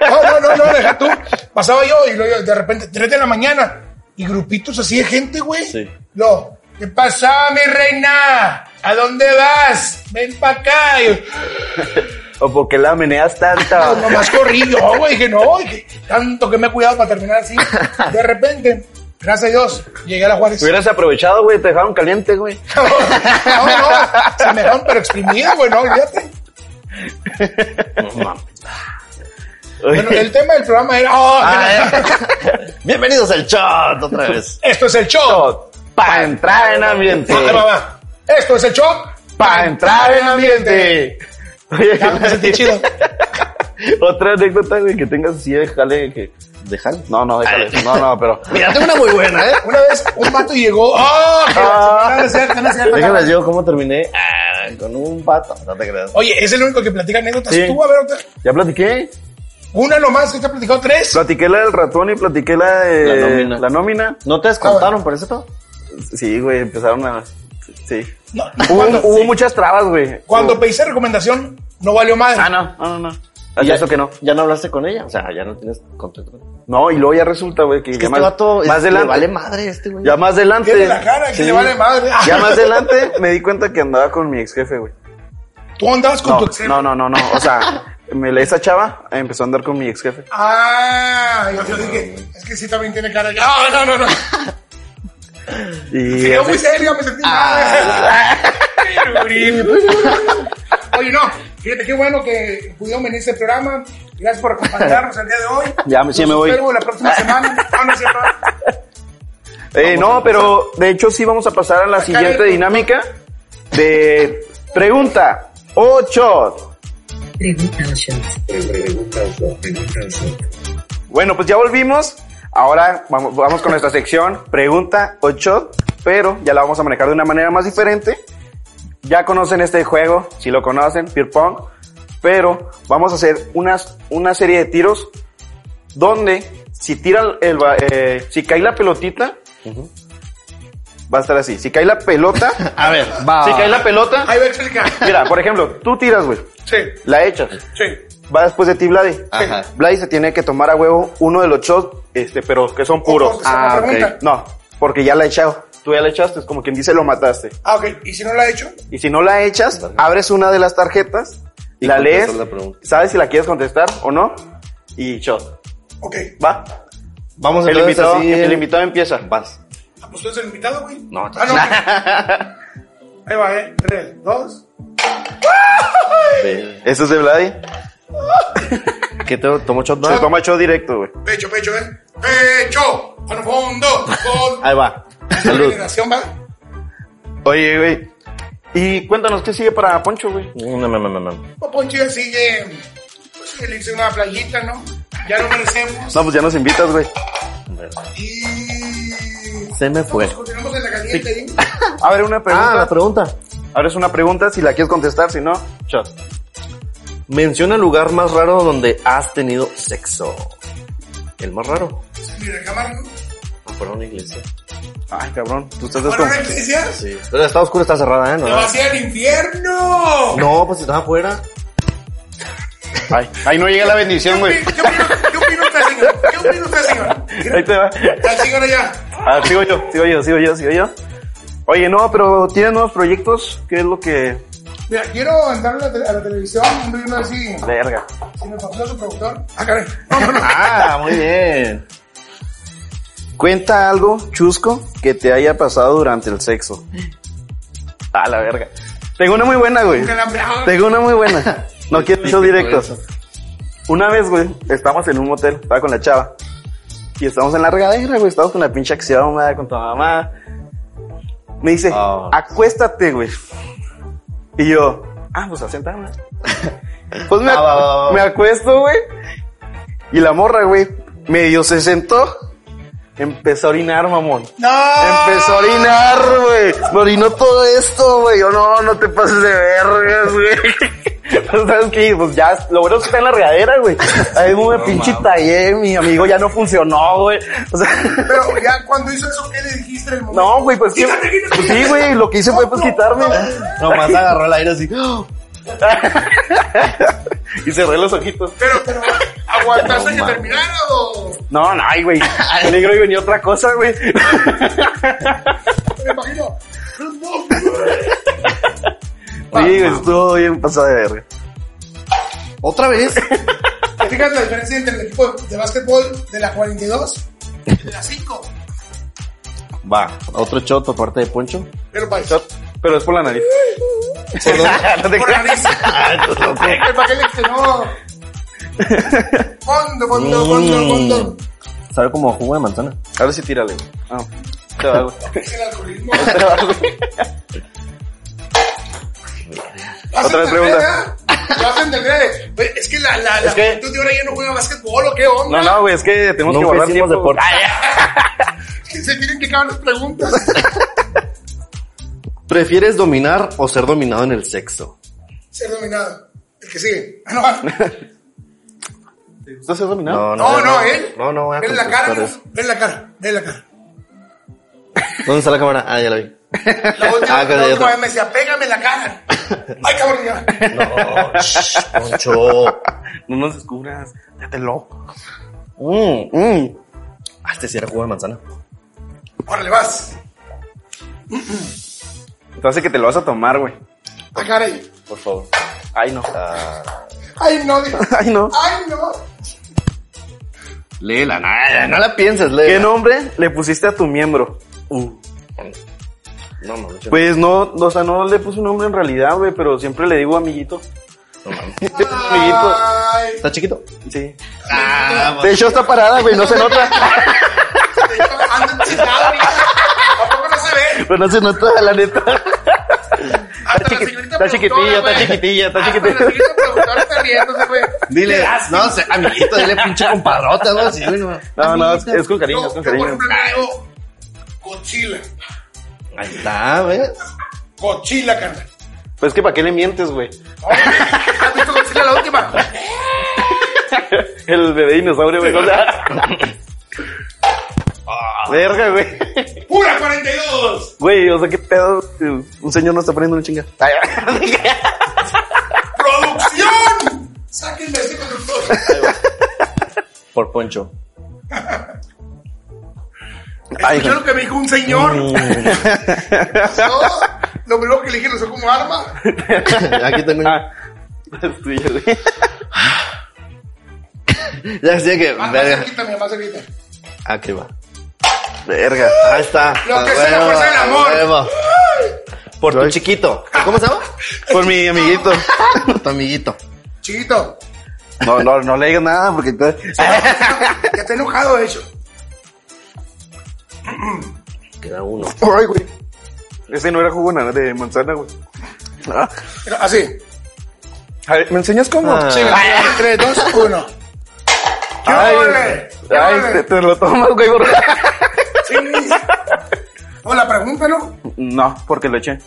Speaker 3: No, no, no, no, deja tú. Pasaba yo y luego de repente, 3 de la mañana, y grupitos así de gente, güey.
Speaker 1: Sí.
Speaker 3: Lo, ¿qué pasaba, mi reina? ¿A dónde vas? Ven para acá. Y,
Speaker 2: O porque la meneas
Speaker 3: no,
Speaker 2: tanta.
Speaker 3: nomás corrí yo, güey. Dije, no, dije, tanto que me he cuidado para terminar así. De repente, gracias a Dios, llegué a la Juárez.
Speaker 2: Hubieras aprovechado, güey, te dejaron caliente, güey.
Speaker 3: No, no, se me dejaron pero exprimido, güey, no, olvídate. Bueno, el tema del programa era, oh,
Speaker 1: Ah, eh. Bienvenidos al chat otra vez.
Speaker 3: esto es el show.
Speaker 2: Para entrar en ambiente.
Speaker 3: Ahí Ah, va, va. Esto es el show.
Speaker 2: Para entrar en ambiente.
Speaker 3: Ya, me sentí
Speaker 2: Oye,
Speaker 3: Ah, pues, chido.
Speaker 2: otra anécdota, güey, que tengas así, déjale que.
Speaker 1: Déjalo.
Speaker 2: No, no, déjale.
Speaker 1: Ay.
Speaker 2: No, no, pero.
Speaker 1: Mira, tengo una muy buena, ¿eh?
Speaker 3: Una vez un vato llegó. ¡Oh! que la-
Speaker 2: Ah.
Speaker 3: no es cierto, no es cierto.
Speaker 1: Déjame yo cómo terminé Ah, con un pato. No te creas.
Speaker 3: Oye, es el único que platica anécdotas.
Speaker 2: Sí.
Speaker 3: Tú, a ver, otra.
Speaker 2: Ya platiqué.
Speaker 3: Una nomás que te ha platicado tres.
Speaker 2: Platiqué la del ratón y platiqué la de.
Speaker 1: La nómina.
Speaker 2: La nómina.
Speaker 1: ¿No te descontaron por eso todo?
Speaker 2: Sí, güey, empezaron a. Sí.
Speaker 3: No,
Speaker 2: Hubo,
Speaker 3: cuando
Speaker 2: hubo muchas trabas, güey.
Speaker 3: cuando pediste recomendación, no valió madre.
Speaker 2: Ah, no, no, no. no. Hasta
Speaker 1: ya-
Speaker 2: eso que no.
Speaker 1: Ya no hablaste con ella. O sea, ya no tienes contacto con ella.
Speaker 2: No, y luego ya resulta, güey, que,
Speaker 1: Es que
Speaker 2: ya
Speaker 1: este
Speaker 2: más,
Speaker 1: vato es-
Speaker 2: más
Speaker 1: le
Speaker 2: adelante.
Speaker 1: vale madre este güey.
Speaker 2: ya más adelante.
Speaker 3: Tiene la cara que
Speaker 2: Sí.
Speaker 3: le vale madre.
Speaker 2: Ya más adelante me di cuenta que andaba con mi ex jefe, güey.
Speaker 3: Ah, Tú andabas con
Speaker 2: No,
Speaker 3: tu ex.
Speaker 2: no, no, no, no. O sea, me la esa chava empezó a andar con mi ex jefe.
Speaker 3: Ah, yo, yo dije, es que sí también tiene cara. de- Ah, no, no, no.
Speaker 2: Y
Speaker 3: Quedó
Speaker 2: así-
Speaker 3: muy serio, me sentí
Speaker 2: Ah.
Speaker 3: mal. Oye, no. Fíjate qué bueno que pudieron venir a este programa. Gracias por acompañarnos el día de hoy.
Speaker 2: Ya, sí,
Speaker 3: Los
Speaker 2: me voy.
Speaker 3: espero la próxima semana. Ah, No, no es cierto.
Speaker 2: Eh, no, pero de hecho sí vamos a pasar a la siguiente
Speaker 3: caray.
Speaker 2: dinámica de pregunta 8.
Speaker 4: Pregunta 8.
Speaker 2: Bueno, pues ya volvimos. Ahora vamos, vamos con nuestra sección pregunta 8, pero ya la vamos a manejar de una manera más diferente. Ya conocen este juego, si lo conocen, Peer Pong, pero vamos a hacer unas, una serie de tiros donde si tiran el, ba- eh, si cae la pelotita, va a estar así. Si cae la pelota,
Speaker 1: A ver,
Speaker 2: va. Si cae la pelota,
Speaker 3: Ahí voy a explicar.
Speaker 2: Mira, por ejemplo, tú tiras, güey.
Speaker 3: Sí,
Speaker 2: La echas.
Speaker 3: sí.
Speaker 2: Va después de ti, Vladi.
Speaker 1: Ajá.
Speaker 2: Vladi se tiene que tomar a huevo uno de los shots, este, pero que son puros. Ah,
Speaker 3: Ojo, esa es la pregunta.
Speaker 2: No, porque ya la he echado. Tú ya la echaste, es como quien dice lo mataste.
Speaker 3: Ah, ok. ¿Y si no la he hecho?
Speaker 2: Y si no la echas,
Speaker 1: Vale.
Speaker 2: abres una de las tarjetas,
Speaker 1: Y
Speaker 2: la
Speaker 1: contestas
Speaker 2: lees,
Speaker 1: la pregunta.
Speaker 2: sabes si la quieres contestar o no, y shot.
Speaker 3: Ok.
Speaker 2: ¿Va?
Speaker 1: vamos a
Speaker 2: El invitado,
Speaker 1: así.
Speaker 2: el invitado empieza.
Speaker 1: Vas.
Speaker 3: Ah, pues tú eres el invitado, güey.
Speaker 1: No,
Speaker 3: ah, no. ok. Ahí va, eh. Tres, dos.
Speaker 1: Ve.
Speaker 2: Eso es de Vladi.
Speaker 1: ¿Qué te tomó shot?
Speaker 2: Se
Speaker 1: no?
Speaker 2: toma shot directo, güey.
Speaker 3: Pecho, pecho, eh. Pecho. A lo fondo. Fondo.
Speaker 1: Ahí va. Salud.
Speaker 3: Generación, va.
Speaker 2: Oye, güey. Y cuéntanos qué sigue para Poncho, güey.
Speaker 1: No, no, no, no, no.
Speaker 3: Pues Poncho ya sigue. Pues que le hice una playita, ¿no? Ya lo merecemos.
Speaker 2: No, pues ya nos invitas, güey.
Speaker 3: Y.
Speaker 1: Se me fue.
Speaker 3: Pues continuamos en la caliente, ¿eh?
Speaker 2: A ver, una pregunta.
Speaker 1: Ah, la pregunta.
Speaker 2: Ahora es una pregunta, si la quieres contestar, si no, shot.
Speaker 1: Menciona el lugar más raro donde has tenido sexo. El más raro.
Speaker 3: En mi recámara, ¿no?
Speaker 1: Fuera una iglesia.
Speaker 2: Ay, cabrón, tú estás
Speaker 3: Bueno, una
Speaker 2: desconfiado.
Speaker 3: iglesia.
Speaker 1: Sí. Pero está oscuro, está cerrada, ¿eh?
Speaker 3: Te
Speaker 1: No,
Speaker 3: vas a ir al infierno.
Speaker 1: no pues estaba afuera.
Speaker 2: Ay, ahí no llega la
Speaker 3: ¿Qué
Speaker 2: bendición, güey.
Speaker 3: opina qué opina- qué opina usted, señor? ¿Qué opina usted, señor?
Speaker 2: Ahí te va.
Speaker 3: Al señor allá.
Speaker 2: Ah, sigo yo, sigo yo, sigo yo, sigo yo. Oye, no, pero ¿tienes nuevos proyectos? ¿Qué es lo que...?
Speaker 3: Mira, quiero andar a la, tele- a la televisión, hombre, no sé si,
Speaker 2: Verga.
Speaker 3: si me pasó su productor. Ah, caray. No, no, no.
Speaker 1: Ah, muy bien.
Speaker 2: Cuenta algo, chusco, que te haya pasado durante el sexo. A la verga. Tengo una muy buena, güey.
Speaker 3: Un alambrado.
Speaker 2: Tengo una muy buena. No quiero
Speaker 1: Típico
Speaker 2: esos directos.
Speaker 1: eso.
Speaker 2: Una vez, güey, estamos en un motel, estaba con la chava. Y estamos en la regadera, güey, estamos con la pinche axioma, con tu mamá. Me dice,
Speaker 1: Ah.
Speaker 2: acuéstate, güey. Y yo, ah, pues asiéntame. pues me,
Speaker 1: Ah, va, va, va.
Speaker 2: me acuesto, güey. Y la morra, güey, medio se sentó. Empezó a orinar, mamón.
Speaker 3: No.
Speaker 2: Empezó a orinar, güey. Me orinó todo esto, güey. Yo, no, no te pases de vergas, güey. Pues, ¿sabes qué? Pues ya, lo bueno es que está en la regadera, güey. Ahí me
Speaker 1: No,
Speaker 2: pinche
Speaker 1: mames.
Speaker 2: tallé, mi amigo ya no funcionó, güey. O sea,
Speaker 3: Pero ya cuando hizo eso, ¿qué le dijiste en el momento?
Speaker 2: no, güey, pues, que-
Speaker 3: Quítate, quítate,
Speaker 2: pues
Speaker 3: quítate.
Speaker 2: sí, güey, lo que hice fue pues quitarme.
Speaker 1: Nomás agarró el aire así.
Speaker 2: Y cerré los ojitos.
Speaker 3: Pero, pero,
Speaker 1: No,
Speaker 3: ¿aguantaste que
Speaker 1: mames.
Speaker 3: terminara o...?
Speaker 2: No, no, ay, güey. Peligro y venía otra cosa, güey.
Speaker 3: Me imagino. No,
Speaker 2: Sí, güey, estuvo bien pasada de verga.
Speaker 1: Otra vez.
Speaker 3: ¿Te fijas la diferencia entre el equipo de básquetbol de la 42 y de la 5?
Speaker 1: Va, otro shot por parte de Poncho.
Speaker 3: Pero pues, para eso.
Speaker 2: Pero es por la nariz. No te
Speaker 3: Por la
Speaker 2: creas.
Speaker 3: nariz. Ah, El papel es que no. Fondo, fondo, fondo, fondo.
Speaker 1: Sabe como jugo de manzana.
Speaker 2: Ahora sí tírale, güey. Ah. Te va, güey.
Speaker 3: Es el alcoholismo.
Speaker 2: Te va, güey.
Speaker 3: ¿Vas
Speaker 2: Otra
Speaker 3: a
Speaker 2: vez
Speaker 3: entender,
Speaker 2: pregunta.
Speaker 3: ¿eh? ¿Vas a entender? Güey, Es que la, la, la
Speaker 2: Es que-
Speaker 3: juventud de ahora ya no juega básquetbol o qué onda.
Speaker 2: No, no, güey, es que tenemos que
Speaker 1: Nunca
Speaker 2: guardar
Speaker 1: hicimos
Speaker 2: tiempo. güey.
Speaker 1: deporte.
Speaker 3: Que Se tienen que acabar las preguntas.
Speaker 1: ¿Prefieres dominar o ser dominado en el sexo?
Speaker 3: Ser dominado. El que sigue. Ah, no. ah.
Speaker 2: ¿Te gusta ser dominado?
Speaker 3: No, no, él.
Speaker 1: No, no, voy a
Speaker 3: Ven la
Speaker 1: contestar
Speaker 3: cara,
Speaker 1: eso.
Speaker 3: ven la cara, ven la cara.
Speaker 1: ¿Dónde está la cámara? Ah, ya la vi.
Speaker 3: La última,
Speaker 1: Ah, que
Speaker 3: la
Speaker 1: de
Speaker 3: última
Speaker 1: otra.
Speaker 3: vez me decía, pégame en la cara. Ay, cabrón, ya.
Speaker 1: No, shh, Poncho.
Speaker 2: No nos descubras. Date loco.
Speaker 1: Mm, mm. Ah, este sí era jugo de manzana.
Speaker 3: Órale, vas.
Speaker 2: Entonces que te lo vas a tomar, güey.
Speaker 3: A caray.
Speaker 1: Por favor.
Speaker 2: Ay, no.
Speaker 1: Ah,
Speaker 3: Ay, no, dijo.
Speaker 2: Ay, no.
Speaker 3: Ay, no.
Speaker 1: léela, nada, Eh, no la pienses, léela.
Speaker 2: ¿Qué nombre le pusiste a tu miembro? Uh.
Speaker 1: No, no, no,
Speaker 2: Pues no, o sea, no le puse un nombre en realidad, güey, pero siempre le digo amiguito.
Speaker 1: no mames.
Speaker 2: amiguito.
Speaker 3: Ay,
Speaker 1: ¿Está chiquito?
Speaker 2: Sí.
Speaker 1: Ah,
Speaker 2: De hecho, está parada, güey, no se nota.
Speaker 3: ando chingado, ahorita. ¿A poco no se ve?
Speaker 2: Pero no se nota, la neta.
Speaker 3: Hasta
Speaker 2: chiqui-
Speaker 3: la señorita
Speaker 2: está chiquitilla,
Speaker 3: productora,
Speaker 2: está
Speaker 3: güey.
Speaker 2: chiquitilla, está
Speaker 3: Hasta
Speaker 2: chiquitilla.
Speaker 3: La señorita productora está riéndose, güey.
Speaker 1: Dile, no sé, amiguito, dile pinche compadrota, algo así, güey, no.
Speaker 2: No, no, es,
Speaker 1: Amiguito.
Speaker 2: es con cariño, es con
Speaker 3: Yo, yo, por
Speaker 2: cariño.
Speaker 3: ejemplo, le digo, cochila.
Speaker 1: Ahí está, ¿ves?
Speaker 3: Cochila, carnal.
Speaker 2: Pues es que para qué le mientes, güey.
Speaker 3: ¿Has visto cochila la última?
Speaker 2: El bebé dinosaurio, güey. O sea. Verga, güey.
Speaker 3: ¡Pura 42!
Speaker 2: Güey, o sea, qué pedo. Un señor no está poniendo una chinga. Ay,
Speaker 3: ¡Producción! Sáquenme ese conductor.
Speaker 1: Por Poncho.
Speaker 2: Ay, Mm.
Speaker 3: Escuchó lo que me dijo un señor. No, lo primero que le dije lo usó como arma.
Speaker 1: Aquí tengo.
Speaker 2: Ah, es tuyo, güey.
Speaker 1: Ya sé que.
Speaker 2: Ah,
Speaker 3: Más, más
Speaker 1: Verga.
Speaker 3: cerquita, mira, más cerquita.
Speaker 1: Aquí va. Verga. Ahí está.
Speaker 3: Lo que
Speaker 1: A
Speaker 3: sea la
Speaker 1: huevo,
Speaker 3: fuerza del
Speaker 1: a
Speaker 3: amor.
Speaker 1: huevo. Por tu chiquito. ¿Cómo se llama?
Speaker 2: Por mi amiguito.
Speaker 1: Por tu amiguito.
Speaker 3: Chiquito,
Speaker 2: No, no, no le digas nada porque te...
Speaker 3: ya está enojado, de hecho.
Speaker 1: Queda uno.
Speaker 2: Ay, güey. Ese no era jugo nada de manzana, güey. Ah.
Speaker 3: Mira, Así.
Speaker 2: A ver, ¿me enseñas cómo?
Speaker 1: Ah.
Speaker 3: Sí, mira, tres, dos, uno. ¡Qué
Speaker 2: Ay,
Speaker 3: ole! ¡Qué
Speaker 2: ay,
Speaker 3: ole!
Speaker 2: te, te lo tomas, güey, gordo.
Speaker 3: Sí. No, la pregunta, ¿no?
Speaker 2: No, porque lo eché.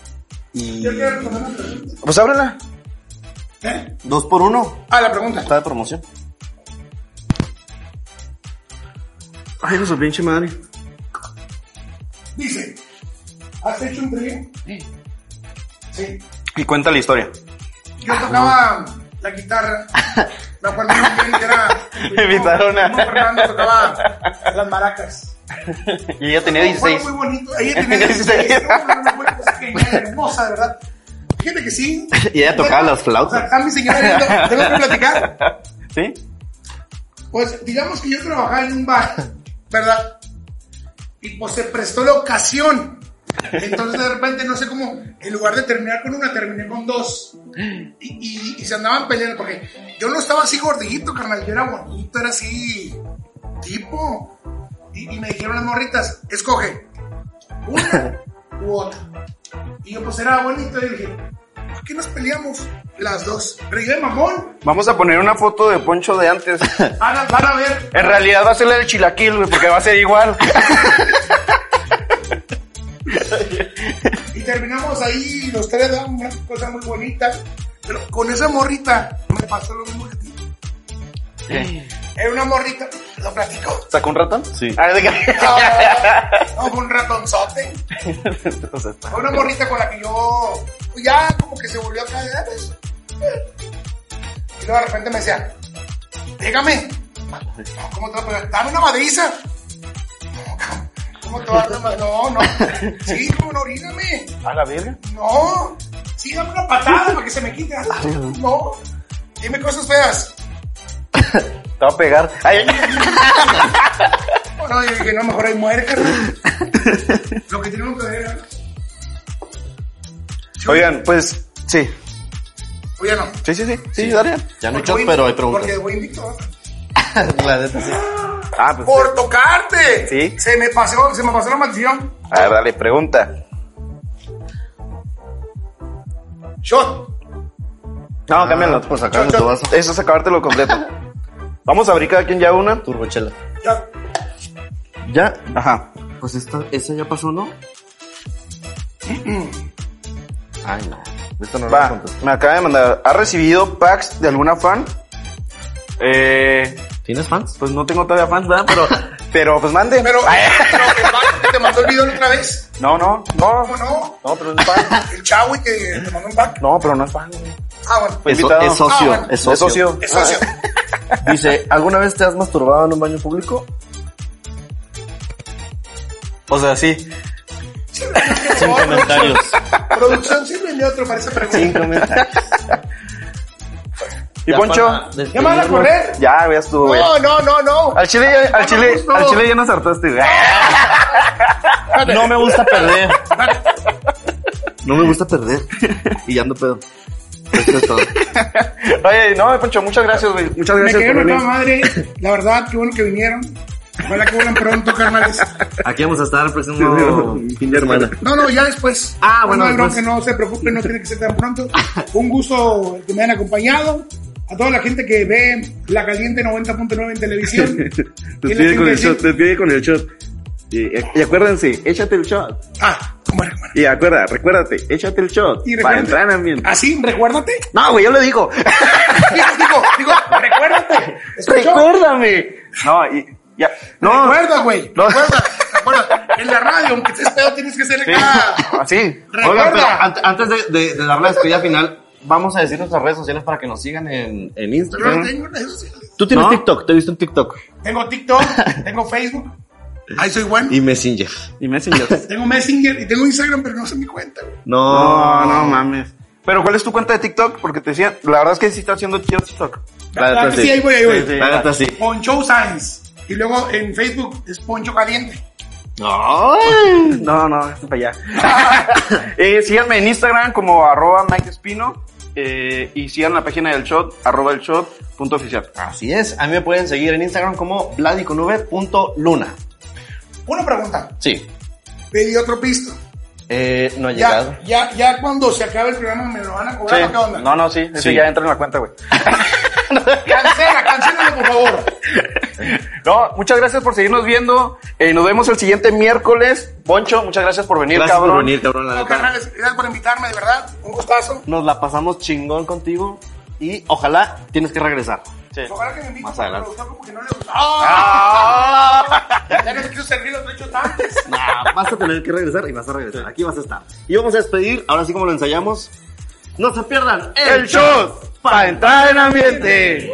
Speaker 3: Yo quiero responder una pregunta.
Speaker 2: Pues ábrela.
Speaker 3: ¿Eh?
Speaker 1: Dos por uno.
Speaker 3: Ah, la pregunta.
Speaker 1: Está de promoción.
Speaker 2: Ay, no su pinche madre.
Speaker 3: Dice, ¿has hecho un trío? Sí.
Speaker 2: Y cuenta la historia.
Speaker 3: Yo tocaba la guitarra. Me acuerdo muy bien que era.
Speaker 2: Me invitaron a-
Speaker 3: Primo Fernando tocaba las maracas.
Speaker 2: Y ella tenía
Speaker 3: Fue muy bonito. Ella tenía 16. No, no, no, fue una cosa genial, hermosa, de verdad. Fíjate que sí.
Speaker 1: Y ella tocaba las
Speaker 3: O sea,
Speaker 1: flautas.
Speaker 3: está mi señora viendo. Tengo que platicar.
Speaker 2: ¿Sí?
Speaker 3: Pues digamos que yo trabajaba en un bar, ¿verdad? Y pues se prestó la ocasión Entonces de repente, no sé cómo, en lugar de terminar con una, terminé con dos. Y, y- y se andaban peleando porque yo no estaba así gordito, carnal. Yo era bonito, era así tipo. Y, y me dijeron las morritas, escoge una u otra. Y yo pues era bonito y dije, ¿por qué nos peleamos las dos? Pero yo de mamón,
Speaker 2: Vamos a poner una foto de Poncho de antes.
Speaker 3: van a, van a ver.
Speaker 2: En realidad va a ser la del chilaquil, güey, porque va a ser igual.
Speaker 3: Y terminamos ahí, los tres damos una cosa muy bonita. Pero con esa morrita me pasó lo mismo que a ti. Era una morrita, lo platico.
Speaker 2: ¿Sacó un ratón?
Speaker 1: Sí.
Speaker 2: Ah, de que-
Speaker 3: No, fue un ratonzote.
Speaker 2: O sea, está-
Speaker 3: Fue una morrita con la que yo pues, ya como que se volvió acá. ya, pues, eh. Y luego de repente me decía, pégame. No, ¿cómo te va a pegar? Dame una madriza. No, cabrón, ¿Cómo te va a dar una madriza? No, no. Sí, como no, oríname.
Speaker 2: pues, A la verga.
Speaker 3: No, sí, dame una patada para que se me quite. No, dime cosas feas.
Speaker 2: Te va a pegar. Ay,
Speaker 3: Bueno, yo dije, no, mejor ahí muere, carnal. Lo que tenemos que ver.
Speaker 2: Oigan, pues, sí.
Speaker 3: Oye, no.
Speaker 2: Sí, sí, sí. Sí, dale.
Speaker 1: Ya no hay
Speaker 3: Porque
Speaker 1: chat,
Speaker 3: voy-
Speaker 1: pero hay preguntas.
Speaker 3: Porque voy invicto.
Speaker 1: La neta, sí.
Speaker 2: Ah, pues.
Speaker 3: Por tocarte.
Speaker 2: Sí.
Speaker 3: Se me pasó, se me pasó la maldición.
Speaker 2: A ver, dale, pregunta.
Speaker 3: Shot.
Speaker 2: No, cámbialo. pues,
Speaker 1: por sacarme tu vaso.
Speaker 2: Eso es acabártelo completo. Vamos a abrir cada quien ya una.
Speaker 1: Turbochela.
Speaker 3: Ya.
Speaker 1: Ya,
Speaker 2: Ajá.
Speaker 1: pues esta, esa ya pasó, ¿no? Ay, no. Esta no la
Speaker 2: Va,
Speaker 1: contesté.
Speaker 2: me acaba de mandar. ¿Ha recibido packs de alguna fan? Eh,
Speaker 1: ¿Tienes fans?
Speaker 2: pues no tengo todavía fans, ¿verdad? Pero, pero pues mande.
Speaker 3: Pero, pero el vato que te mandó el video la otra vez.
Speaker 2: No, no, no.
Speaker 3: ¿Cómo no?
Speaker 2: No, pero no es fan.
Speaker 3: El chavo y que te mandó un pack.
Speaker 2: No, pero no es fan.
Speaker 3: Ah, bueno.
Speaker 2: Fue
Speaker 1: Es, so-
Speaker 2: invitado.
Speaker 1: es socio,
Speaker 3: Ah, bueno.
Speaker 1: es socio.
Speaker 2: Es socio.
Speaker 3: Es
Speaker 1: Ah,
Speaker 3: socio.
Speaker 1: Dice, ¿alguna vez te has masturbado en un baño público?
Speaker 2: O sea, sí.
Speaker 1: Sin comentarios.
Speaker 3: Producción sirve de otro para esa pregunta.
Speaker 1: Sin comentarios.
Speaker 2: ¿Y
Speaker 1: Ya
Speaker 2: Poncho?
Speaker 1: para
Speaker 3: ¿Ya me van a
Speaker 1: despedirnos.
Speaker 3: correr?
Speaker 2: Ya, ya estuvo, güey.
Speaker 3: No, no, no, no.
Speaker 2: Al chile, ya- al
Speaker 3: No,
Speaker 2: chile,
Speaker 3: no, no.
Speaker 2: al chile ya nos hartaste, güey.
Speaker 1: No me gusta perder. No me gusta perder. Y ya ando pedo. Esto es todo.
Speaker 2: Oye, no, Poncho, muchas gracias, güey. Muchas
Speaker 3: Me
Speaker 2: gracias
Speaker 3: quedé
Speaker 2: por
Speaker 3: en la
Speaker 2: venir.
Speaker 3: madre. La verdad, qué bueno que vinieron. Ojalá que vuelan pronto, carnales.
Speaker 1: Aquí vamos a estar el próximo fin de semana.
Speaker 3: No, no, ya después.
Speaker 1: Ah, bueno,
Speaker 3: No, hay
Speaker 1: después.
Speaker 3: bronca, no se preocupen, no tiene que ser tan pronto. Un gusto el que me hayan acompañado. A toda la gente que ve La Caliente 90.9 en televisión. ¿Quién le tiene que decir?
Speaker 2: despide con el shot. Y, eh, y acuérdense, échate el shot.
Speaker 3: Ah, bueno, bueno.
Speaker 2: Y acuerda, recuérdate, échate el shot
Speaker 3: Y
Speaker 2: para
Speaker 3: recuérdate-
Speaker 2: entrar también.
Speaker 3: Así, recuérdate.
Speaker 2: No, güey, yo lo digo.
Speaker 3: Digo, digo, digo, recuérdate. ¿Escuchó?
Speaker 2: Recuérdame. No, y ya. No.
Speaker 3: Ah, Recuerda, güey.
Speaker 2: No.
Speaker 3: Recuerda, recuerda. En la radio, aunque estés pedo, tienes que ser
Speaker 2: Sí.
Speaker 3: acá.
Speaker 2: Así.
Speaker 1: Oigan, pero
Speaker 3: Recuerda.
Speaker 1: an- antes de, de- de dar la despedida final, vamos a decir nuestras redes sociales para que nos sigan en, en
Speaker 3: Yo no
Speaker 1: Instagram.
Speaker 3: tengo redes sociales.
Speaker 1: Tú tienes
Speaker 2: ¿No?
Speaker 1: TikTok, te he visto en TikTok.
Speaker 3: Tengo TikTok, tengo Facebook. Ahí soy bueno.
Speaker 1: Y Messenger.
Speaker 2: Y Messenger.
Speaker 3: Tengo Messenger y tengo Instagram, pero no sé mi cuenta, güey.
Speaker 1: No,
Speaker 2: No, no mames. Pero ¿cuál es tu cuenta de TikTok? Porque te decían, la verdad es que sí está haciendo chido TikTok.
Speaker 1: La neta
Speaker 3: Claro que sí, ahí voy, ahí voy.
Speaker 2: Sí, sí.
Speaker 1: La neta Ah, pues sí.
Speaker 3: Poncho Sainz. Y luego en Facebook es Poncho Caliente.
Speaker 1: Ay.
Speaker 2: No, no, es para allá. eh, síganme en Instagram como arroba Mike Espino. Eh, y sigan la página del shot, arroba el shot punto oficial.
Speaker 1: Así es. A mí me pueden seguir en Instagram como vladiconv.luna.
Speaker 3: Una pregunta.
Speaker 1: Sí.
Speaker 3: Pedí otro pisto.
Speaker 1: Eh, no ha llegado.
Speaker 3: Ya, ya, ya cuando se acabe el programa me lo van a
Speaker 2: Sí.
Speaker 3: cobrar. ¿o ¿Qué onda?
Speaker 2: No, no, sí. Eso
Speaker 1: Sí.
Speaker 2: ya entra en la cuenta, güey.
Speaker 3: Cancela, cancélalo, por favor.
Speaker 2: No, muchas gracias por seguirnos viendo. Eh, nos vemos el siguiente miércoles. Poncho, muchas gracias por venir,
Speaker 1: Gracias
Speaker 2: cabrón.
Speaker 1: por venir, cabrón, la
Speaker 3: No,
Speaker 1: neta.
Speaker 3: carnales, gracias por invitarme, de verdad. Un gustazo.
Speaker 1: Nos la pasamos chingón contigo y ojalá tienes que regresar.
Speaker 2: Sí.
Speaker 3: Ojalá que me inviten
Speaker 1: Más adelante.
Speaker 3: porque como que no le gusta. ¡Ah!
Speaker 2: Ah.
Speaker 3: Ya no me quiero servir los ocho tanques.
Speaker 1: Nah, vas a tener que regresar y vas a regresar. Aquí vas a estar. Y vamos a despedir, ahora sí como lo ensayamos. No se pierdan
Speaker 2: el show para entrar en ambiente.